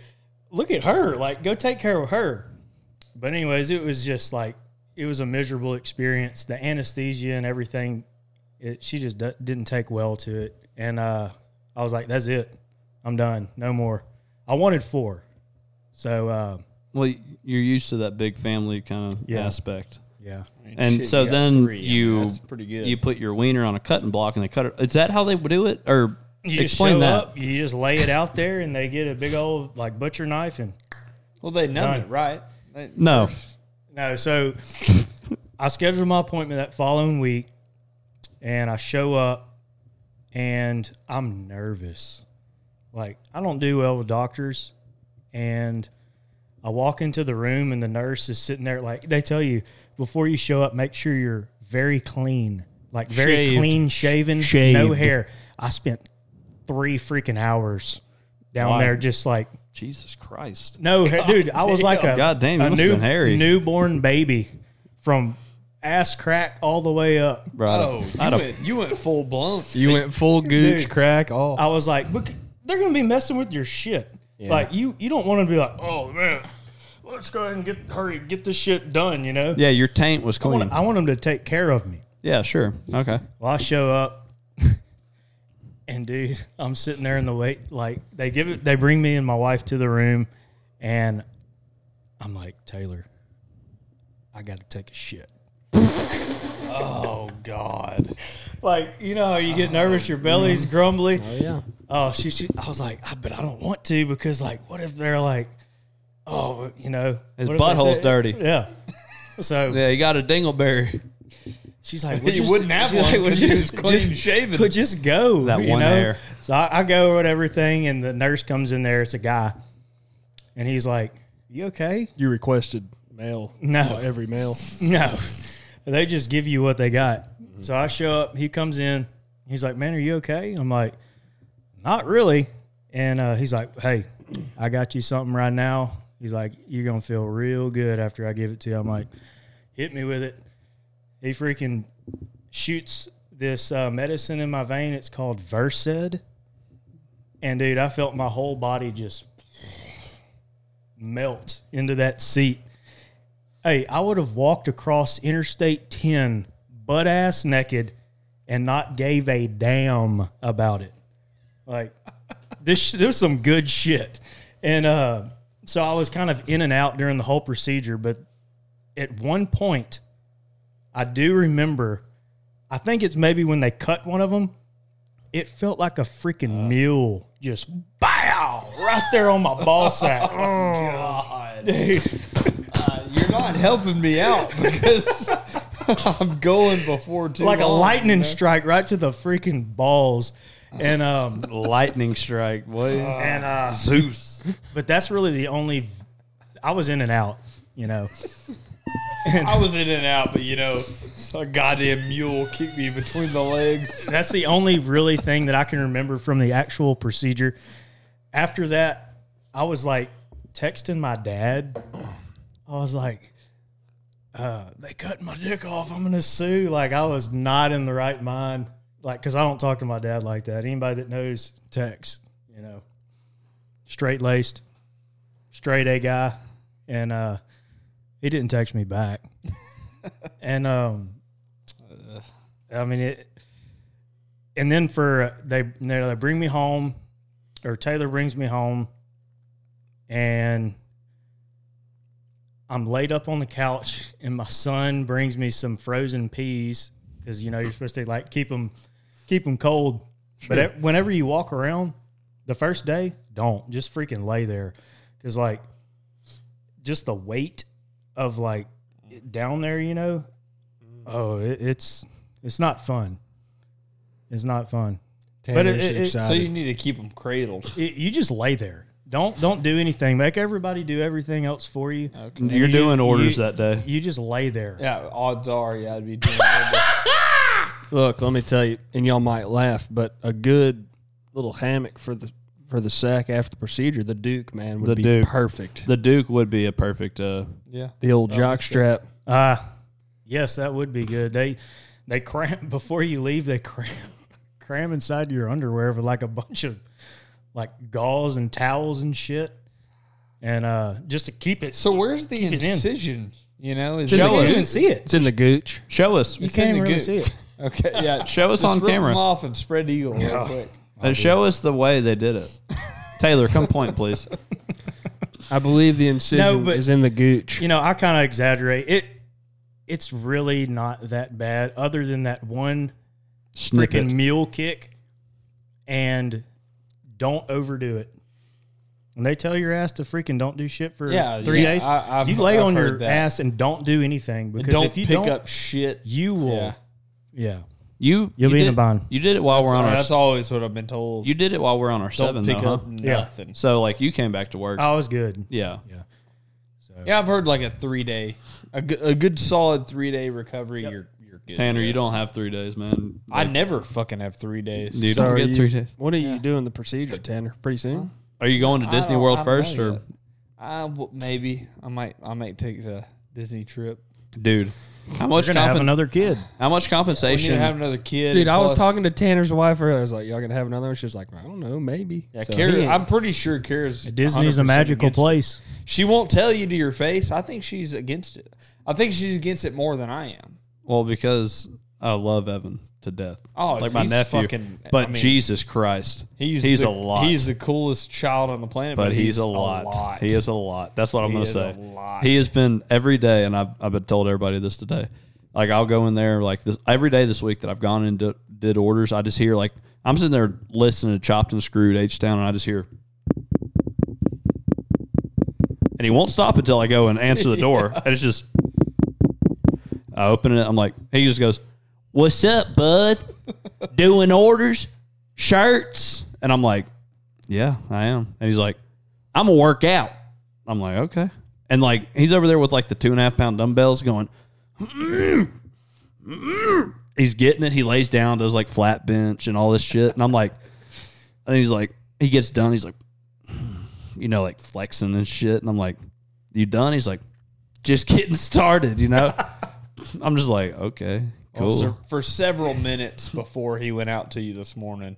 [SPEAKER 3] look at her! Like, go take care of her. But anyways, it was just like it was a miserable experience. The anesthesia and everything it, she just d- didn't take well to it. And uh, I was like, that's it. I'm done. No more. I wanted four. So, uh,
[SPEAKER 4] Well, y- you're used to that big family kind of
[SPEAKER 3] Yeah.
[SPEAKER 4] aspect.
[SPEAKER 3] yeah.
[SPEAKER 4] And
[SPEAKER 6] Shit,
[SPEAKER 4] so
[SPEAKER 6] you got
[SPEAKER 4] then
[SPEAKER 6] three. I mean,
[SPEAKER 4] you
[SPEAKER 6] that's pretty good.
[SPEAKER 4] You put your wiener on a cutting block and they cut it. Is that how they would do it? Or
[SPEAKER 3] You just
[SPEAKER 4] explain
[SPEAKER 3] show
[SPEAKER 4] that?
[SPEAKER 3] up, you just lay it out there, and they get a big old like butcher knife and
[SPEAKER 6] well, they know
[SPEAKER 3] Done.
[SPEAKER 6] it, right? They-
[SPEAKER 4] No.
[SPEAKER 3] No, so I scheduled my appointment that following week, and I show up, and I'm nervous. Like I don't do well with doctors, and I walk into the room, and the nurse is sitting there. Like they tell you before you show up, make sure you're very clean, like very
[SPEAKER 5] Shaved.
[SPEAKER 3] clean shaven, no
[SPEAKER 5] Shaved.
[SPEAKER 3] hair. I spent three freaking hours down
[SPEAKER 4] Why?
[SPEAKER 3] there, just like
[SPEAKER 4] Jesus Christ.
[SPEAKER 3] no, dude, I was like a
[SPEAKER 4] God damn, you
[SPEAKER 3] a
[SPEAKER 4] must've been hairy.
[SPEAKER 3] newborn baby from ass crack all the way up.
[SPEAKER 4] Bro, I'd have-
[SPEAKER 6] Oh, you
[SPEAKER 4] I'd have-
[SPEAKER 6] went, you went full blown.
[SPEAKER 5] You went full gooch crack all.
[SPEAKER 3] I was like, "Look, they're gonna be messing with your shit. Like you, you don't want to be like, oh man, let's go ahead and get hurry, get this shit done. You know,
[SPEAKER 4] yeah, your taint was
[SPEAKER 3] I,
[SPEAKER 4] clean.
[SPEAKER 3] want, I want them to take care of me.
[SPEAKER 4] yeah, sure. Okay.
[SPEAKER 3] Well, I show up, and dude, I'm sitting there in the wait. Like they give it, they bring me and my wife to the room, And I'm like, Taylor, I got to take a shit. oh, God. Like, you know, how you get nervous, your belly's grumbly.
[SPEAKER 5] Oh, yeah.
[SPEAKER 3] Oh, she, she, I was like, I, but I don't want to because, like, what if they're like, oh, you know,
[SPEAKER 4] His
[SPEAKER 3] what if they
[SPEAKER 4] butthole's
[SPEAKER 3] say-
[SPEAKER 4] dirty.
[SPEAKER 3] Yeah. So
[SPEAKER 4] Yeah, you got a dingleberry.
[SPEAKER 3] she's like,
[SPEAKER 6] You wouldn't have
[SPEAKER 3] she's
[SPEAKER 6] one
[SPEAKER 3] "Would
[SPEAKER 6] 'cause
[SPEAKER 3] you
[SPEAKER 6] you was clean shaven."
[SPEAKER 3] Could just go
[SPEAKER 4] That
[SPEAKER 3] you
[SPEAKER 4] one
[SPEAKER 3] know?
[SPEAKER 4] hair.
[SPEAKER 3] So I, I go over and everything, and the nurse comes in there. It's a guy, and he's like, "You okay?"
[SPEAKER 5] You requested mail.
[SPEAKER 3] No.
[SPEAKER 5] Well, every mail.
[SPEAKER 3] No, they just give you what they got. So I show up. He comes in. He's like, "Man, are you okay?" I'm like, "Not really." And uh, he's like, "Hey, I got you something right now." He's like, "You're gonna feel real good after I give it to you." I'm like, "Hit me with it." He freaking shoots this uh, medicine in my vein. It's called Versed. And dude, I felt my whole body just melt into that seat. Hey, I would have walked across Interstate 10 butt ass naked and not gave a damn about it. Like this there was some good shit. And uh so I was kind of in and out during the whole procedure, but at one point I do remember I think it's maybe when they cut one of them, it felt like a freaking mule just bow right there on my ball sack. oh, God. Dude.
[SPEAKER 6] You're not helping me out because I'm going before too
[SPEAKER 3] like a
[SPEAKER 6] long,
[SPEAKER 3] lightning
[SPEAKER 6] you know?
[SPEAKER 3] strike right to the freaking balls. And um
[SPEAKER 4] Lightning strike, boy.
[SPEAKER 3] and uh
[SPEAKER 4] Zeus.
[SPEAKER 3] but that's really the only I was in and out, you know.
[SPEAKER 6] I was in and out, but you know, a goddamn mule kicked me between the legs.
[SPEAKER 3] That's the only really thing that I can remember from the actual procedure. After that, I was like texting my dad. I was like uh, they cut my dick off. I'm gonna sue. Like I was not in the right mind. Like, cause I don't talk to my dad like that. Anybody that knows text, you know, straight laced, straight A guy, and uh, he didn't text me back. and um, I mean it. And then for they, you know, they bring me home, or Taylor brings me home, and I'm laid up on the couch, and my son brings me some frozen peas because you know you're supposed to like keep them, keep them cold. But it- whenever you walk around, the first day, don't just freaking lay there because like just the weight of like it down there, you know. Oh, it, it's it's not fun. It's not fun. But it-
[SPEAKER 5] Tanner's
[SPEAKER 3] it- it- so
[SPEAKER 6] So
[SPEAKER 5] excited.
[SPEAKER 6] you need to keep them cradled.
[SPEAKER 3] It, you just lay there. Don't don't do anything. Make everybody do everything else for you. And
[SPEAKER 4] You're
[SPEAKER 3] you-
[SPEAKER 4] doing orders
[SPEAKER 3] you-
[SPEAKER 4] that day.
[SPEAKER 3] You just lay there.
[SPEAKER 6] Yeah, odds are, yeah, I'd be doing
[SPEAKER 5] Look, let me tell you, and y'all might laugh, but a good little hammock for the for the sack after the procedure, the Duke man would
[SPEAKER 4] The
[SPEAKER 5] be
[SPEAKER 4] Duke.
[SPEAKER 5] perfect. The,
[SPEAKER 4] The Duke would be a perfect. Uh,
[SPEAKER 6] Yeah.
[SPEAKER 5] old jock strap.
[SPEAKER 3] Uh yes, that would be good. They they cram before you leave, they cram cram inside your underwear with like a bunch of like gauze and towels and shit. And uh just to keep it
[SPEAKER 6] So where's the
[SPEAKER 3] it in.
[SPEAKER 6] incision? You know, is
[SPEAKER 5] in the
[SPEAKER 6] it-
[SPEAKER 5] gooch.
[SPEAKER 3] you can see it.
[SPEAKER 5] It's in the gooch.
[SPEAKER 4] show us.
[SPEAKER 6] It's
[SPEAKER 3] can't
[SPEAKER 6] in the
[SPEAKER 3] really
[SPEAKER 6] gooch.
[SPEAKER 3] see it.
[SPEAKER 6] Okay, yeah.
[SPEAKER 4] Show us
[SPEAKER 6] Just
[SPEAKER 4] on
[SPEAKER 6] rip 'em
[SPEAKER 4] camera.
[SPEAKER 6] off and spread eagle real quick.
[SPEAKER 4] Uh, show us the way they did it. Taylor, come point, please.
[SPEAKER 5] I believe the incision
[SPEAKER 3] No, but-
[SPEAKER 5] is in the gooch.
[SPEAKER 3] You know, I kind of exaggerate. It it's really not that bad other than that one freaking
[SPEAKER 4] Snippet.
[SPEAKER 3] mule kick and don't overdo it. When they tell your ass to freaking don't do shit for
[SPEAKER 6] Yeah,
[SPEAKER 3] three
[SPEAKER 6] yeah,
[SPEAKER 3] days,
[SPEAKER 6] I- I've-
[SPEAKER 3] you lay
[SPEAKER 6] I've
[SPEAKER 3] on your
[SPEAKER 6] heard that.
[SPEAKER 3] ass and don't do anything because
[SPEAKER 6] Don't
[SPEAKER 3] if you
[SPEAKER 6] pick
[SPEAKER 3] don't,
[SPEAKER 6] up shit.
[SPEAKER 3] you will.
[SPEAKER 6] Yeah.
[SPEAKER 3] Yeah.
[SPEAKER 4] You
[SPEAKER 3] You'll
[SPEAKER 4] you
[SPEAKER 3] be in
[SPEAKER 4] did,
[SPEAKER 3] a bind.
[SPEAKER 4] You did it while we're on
[SPEAKER 6] Sorry,
[SPEAKER 4] our.
[SPEAKER 6] that's always what I've been told.
[SPEAKER 4] You did it while we're on our
[SPEAKER 6] don't
[SPEAKER 4] seven
[SPEAKER 6] pick
[SPEAKER 4] though,
[SPEAKER 6] up
[SPEAKER 4] huh?
[SPEAKER 6] nothing.
[SPEAKER 4] So like you came back to work.
[SPEAKER 6] Oh.
[SPEAKER 3] I was Oh, good.
[SPEAKER 4] yeah.
[SPEAKER 6] Yeah, I've heard like a three day, a good, a good solid three day recovery. You're you're good.
[SPEAKER 4] Tanner, you don't have three days, man.
[SPEAKER 6] I never fucking have three days.
[SPEAKER 4] You
[SPEAKER 5] So
[SPEAKER 4] don't
[SPEAKER 5] are
[SPEAKER 4] get
[SPEAKER 5] you-
[SPEAKER 4] three days.
[SPEAKER 5] What are you doing the procedure, Tanner? Pretty soon?
[SPEAKER 4] Are you going to
[SPEAKER 6] I
[SPEAKER 4] Disney
[SPEAKER 6] don't-
[SPEAKER 4] World
[SPEAKER 6] I don't
[SPEAKER 4] first
[SPEAKER 6] know
[SPEAKER 4] or,
[SPEAKER 6] yet. I w- maybe I might I might take the Disney trip.
[SPEAKER 4] dude? How much
[SPEAKER 3] You're gonna have
[SPEAKER 4] compen-
[SPEAKER 3] another kid.
[SPEAKER 4] How much
[SPEAKER 6] We need to
[SPEAKER 4] compensation?
[SPEAKER 6] have another kid,
[SPEAKER 5] Dude, I was
[SPEAKER 6] plus-
[SPEAKER 5] talking to Tanner's wife earlier. I was like, y'all going to have another one? She was like, I don't know, maybe.
[SPEAKER 6] Yeah,
[SPEAKER 5] So he
[SPEAKER 6] Kara,
[SPEAKER 5] ain't-
[SPEAKER 6] I'm pretty sure Kara's
[SPEAKER 3] Disney's a
[SPEAKER 6] 100%
[SPEAKER 3] magical
[SPEAKER 6] against it.
[SPEAKER 3] place.
[SPEAKER 6] She won't tell you to your face. I think she's against it. I think she's against it more than I am.
[SPEAKER 4] well, because I love Evan to death.
[SPEAKER 6] Oh,
[SPEAKER 4] like my
[SPEAKER 6] he's
[SPEAKER 4] nephew.
[SPEAKER 6] fucking- I
[SPEAKER 4] but
[SPEAKER 6] mean,
[SPEAKER 4] Jesus Christ,
[SPEAKER 6] He's
[SPEAKER 4] a
[SPEAKER 6] the-
[SPEAKER 4] lot.
[SPEAKER 6] He's the coolest child on the planet,
[SPEAKER 4] but he's, a, lot. He is a lot. That's what I'm
[SPEAKER 6] He
[SPEAKER 4] going to
[SPEAKER 6] is
[SPEAKER 4] say.
[SPEAKER 6] a lot.
[SPEAKER 4] He has been every day, and I've, I've been told everybody this today. Like I'll go in there like this every day this week that I've gone and d- did orders. I just hear like I'm sitting there listening to Chopped and Screwed H Town, and I just hear. And he won't stop until I go and answer the door. And it's just, I open it. I'm like, he just goes, "What's up, bud? Doing orders, shirts?" And I'm like, "Yeah, I am." And he's like, I'm gonna work out. I'm like, okay. And like he's over there with like the two and a half pound dumbbells going, he's getting it. He lays down, does like flat bench and all this shit. And I'm like, and he's like, he gets done. He's like, you know, like flexing and shit. And I'm like, you done? He's like, just getting started, you know? I'm just like, okay, cool.
[SPEAKER 6] So for several minutes before he went out to you this morning,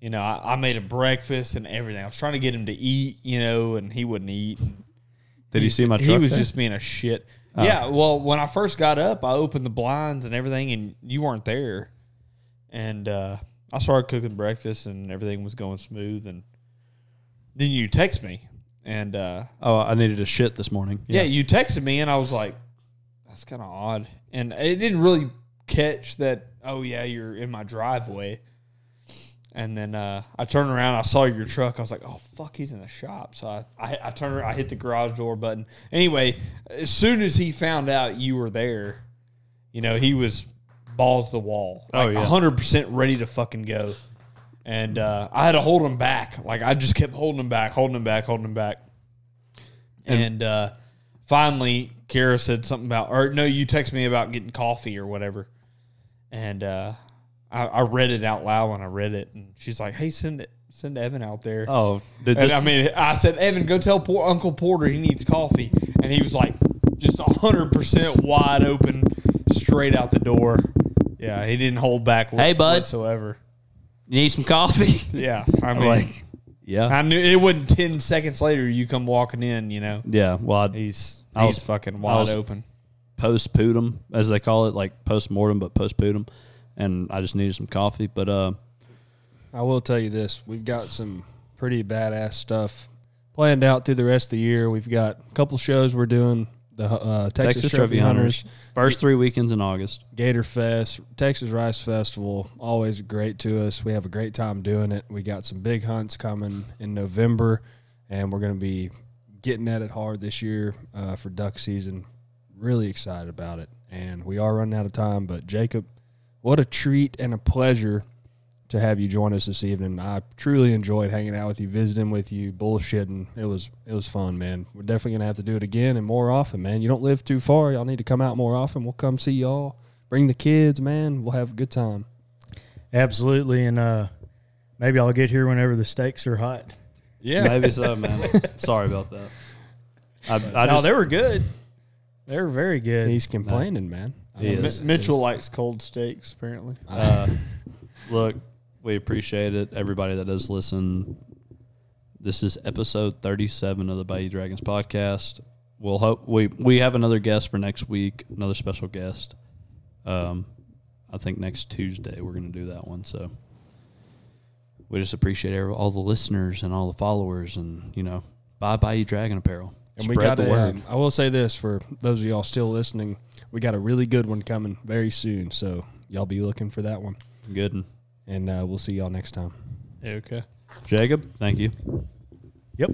[SPEAKER 6] you know, I, I made him breakfast and everything. I was trying to get him to eat, you know, and he wouldn't eat.
[SPEAKER 4] Did you see my truck?
[SPEAKER 6] He was
[SPEAKER 4] there? Oh.
[SPEAKER 6] just being a shit. Yeah. Well, when I first got up, I opened the blinds and everything, and you weren't there. And uh, I started cooking breakfast, and everything was going smooth. And then you text me, and uh,
[SPEAKER 4] oh, I needed a shit this morning.
[SPEAKER 6] yeah. you texted me, and I was like, "That's kind of odd." And it didn't really catch that. Oh yeah, you're in my driveway. And then uh, I turned around, I saw your truck. I was like, "Oh fuck, he's in the shop." So I, I, I turned, around, I hit the garage door button. Anyway, as soon as he found out you were there, you know he was balls to the wall,
[SPEAKER 4] Oh,
[SPEAKER 6] like
[SPEAKER 4] yeah.
[SPEAKER 6] hundred percent ready to fucking go. And uh, I had to hold him back. Like I just kept holding him back, holding him back, holding him back. And, uh, finally, Kara said something about, or no, you text me about getting coffee or whatever. And uh, I, I read it out loud when I read it, and she's like, "Hey, send it, send Evan out there."
[SPEAKER 4] Oh, did
[SPEAKER 6] and
[SPEAKER 4] this,
[SPEAKER 6] I mean, I said, "Evan, go tell poor Uncle Porter he needs coffee," and he was like, just hundred percent wide open, straight out the door. Yeah, he didn't hold back.
[SPEAKER 4] Hey, bud.
[SPEAKER 6] whatsoever.
[SPEAKER 4] you need some coffee?
[SPEAKER 6] Yeah, I mean, like,
[SPEAKER 4] yeah.
[SPEAKER 6] I knew it wasn't ten seconds later you come walking in. You know,
[SPEAKER 4] yeah. Well, I,
[SPEAKER 6] he's
[SPEAKER 4] I
[SPEAKER 6] he's
[SPEAKER 4] was-
[SPEAKER 6] fucking
[SPEAKER 4] I
[SPEAKER 6] wide
[SPEAKER 4] was-
[SPEAKER 6] open.
[SPEAKER 4] post putum, as they call it, like post mortem, but post putum. And I just needed some coffee. But uh,
[SPEAKER 5] I will tell you this: we've got some pretty badass stuff planned out through the rest of the year. We've got a couple shows we're doing: the uh, Texas, Trophy, Hunters,
[SPEAKER 4] first three weekends in August.
[SPEAKER 5] Gator Fest, Texas Rice Festival. Always great to us. We have a great time doing it. We got some big hunts coming in November, and we're going to be getting at it hard this year uh, for duck season. Really excited about it, and we are running out of time. But Jacob, what a treat and a pleasure to have you join us this evening. I truly enjoyed hanging out with you, visiting with you, bullshitting. It was it was fun, man. We're definitely gonna have to do it again and more often, man. You don't live too far. Y'all need to come out more often. We'll come see y'all. Bring the kids, man. We'll have a good time.
[SPEAKER 7] Absolutely, and uh, maybe I'll get here whenever the steaks are hot.
[SPEAKER 4] Yeah, maybe so, man. Sorry about that. I, I
[SPEAKER 7] No,
[SPEAKER 4] just,
[SPEAKER 7] they were good. They were very good.
[SPEAKER 5] He's complaining, man. I
[SPEAKER 4] He
[SPEAKER 5] know
[SPEAKER 4] is.
[SPEAKER 5] that-
[SPEAKER 6] Mitchell likes cold steaks, apparently.
[SPEAKER 4] uh, look, we appreciate it. Everybody that does listen. This is episode thirty-seven of the Bayou Dragons podcast. We'll hope we we have another guest for next week, another special guest. Um, I think next Tuesday we're going to do that one. So we just appreciate every, all the listeners and all the followers, and you know, buy Bayou Dragon apparel.
[SPEAKER 5] And we got a, um, I will say this for those of y'all still listening, we got a really good one coming very soon. So y'all be looking for that one,
[SPEAKER 4] Good, one.
[SPEAKER 5] and uh, we'll see y'all next time.
[SPEAKER 6] Okay.
[SPEAKER 4] Jacob. Thank you.
[SPEAKER 7] yep.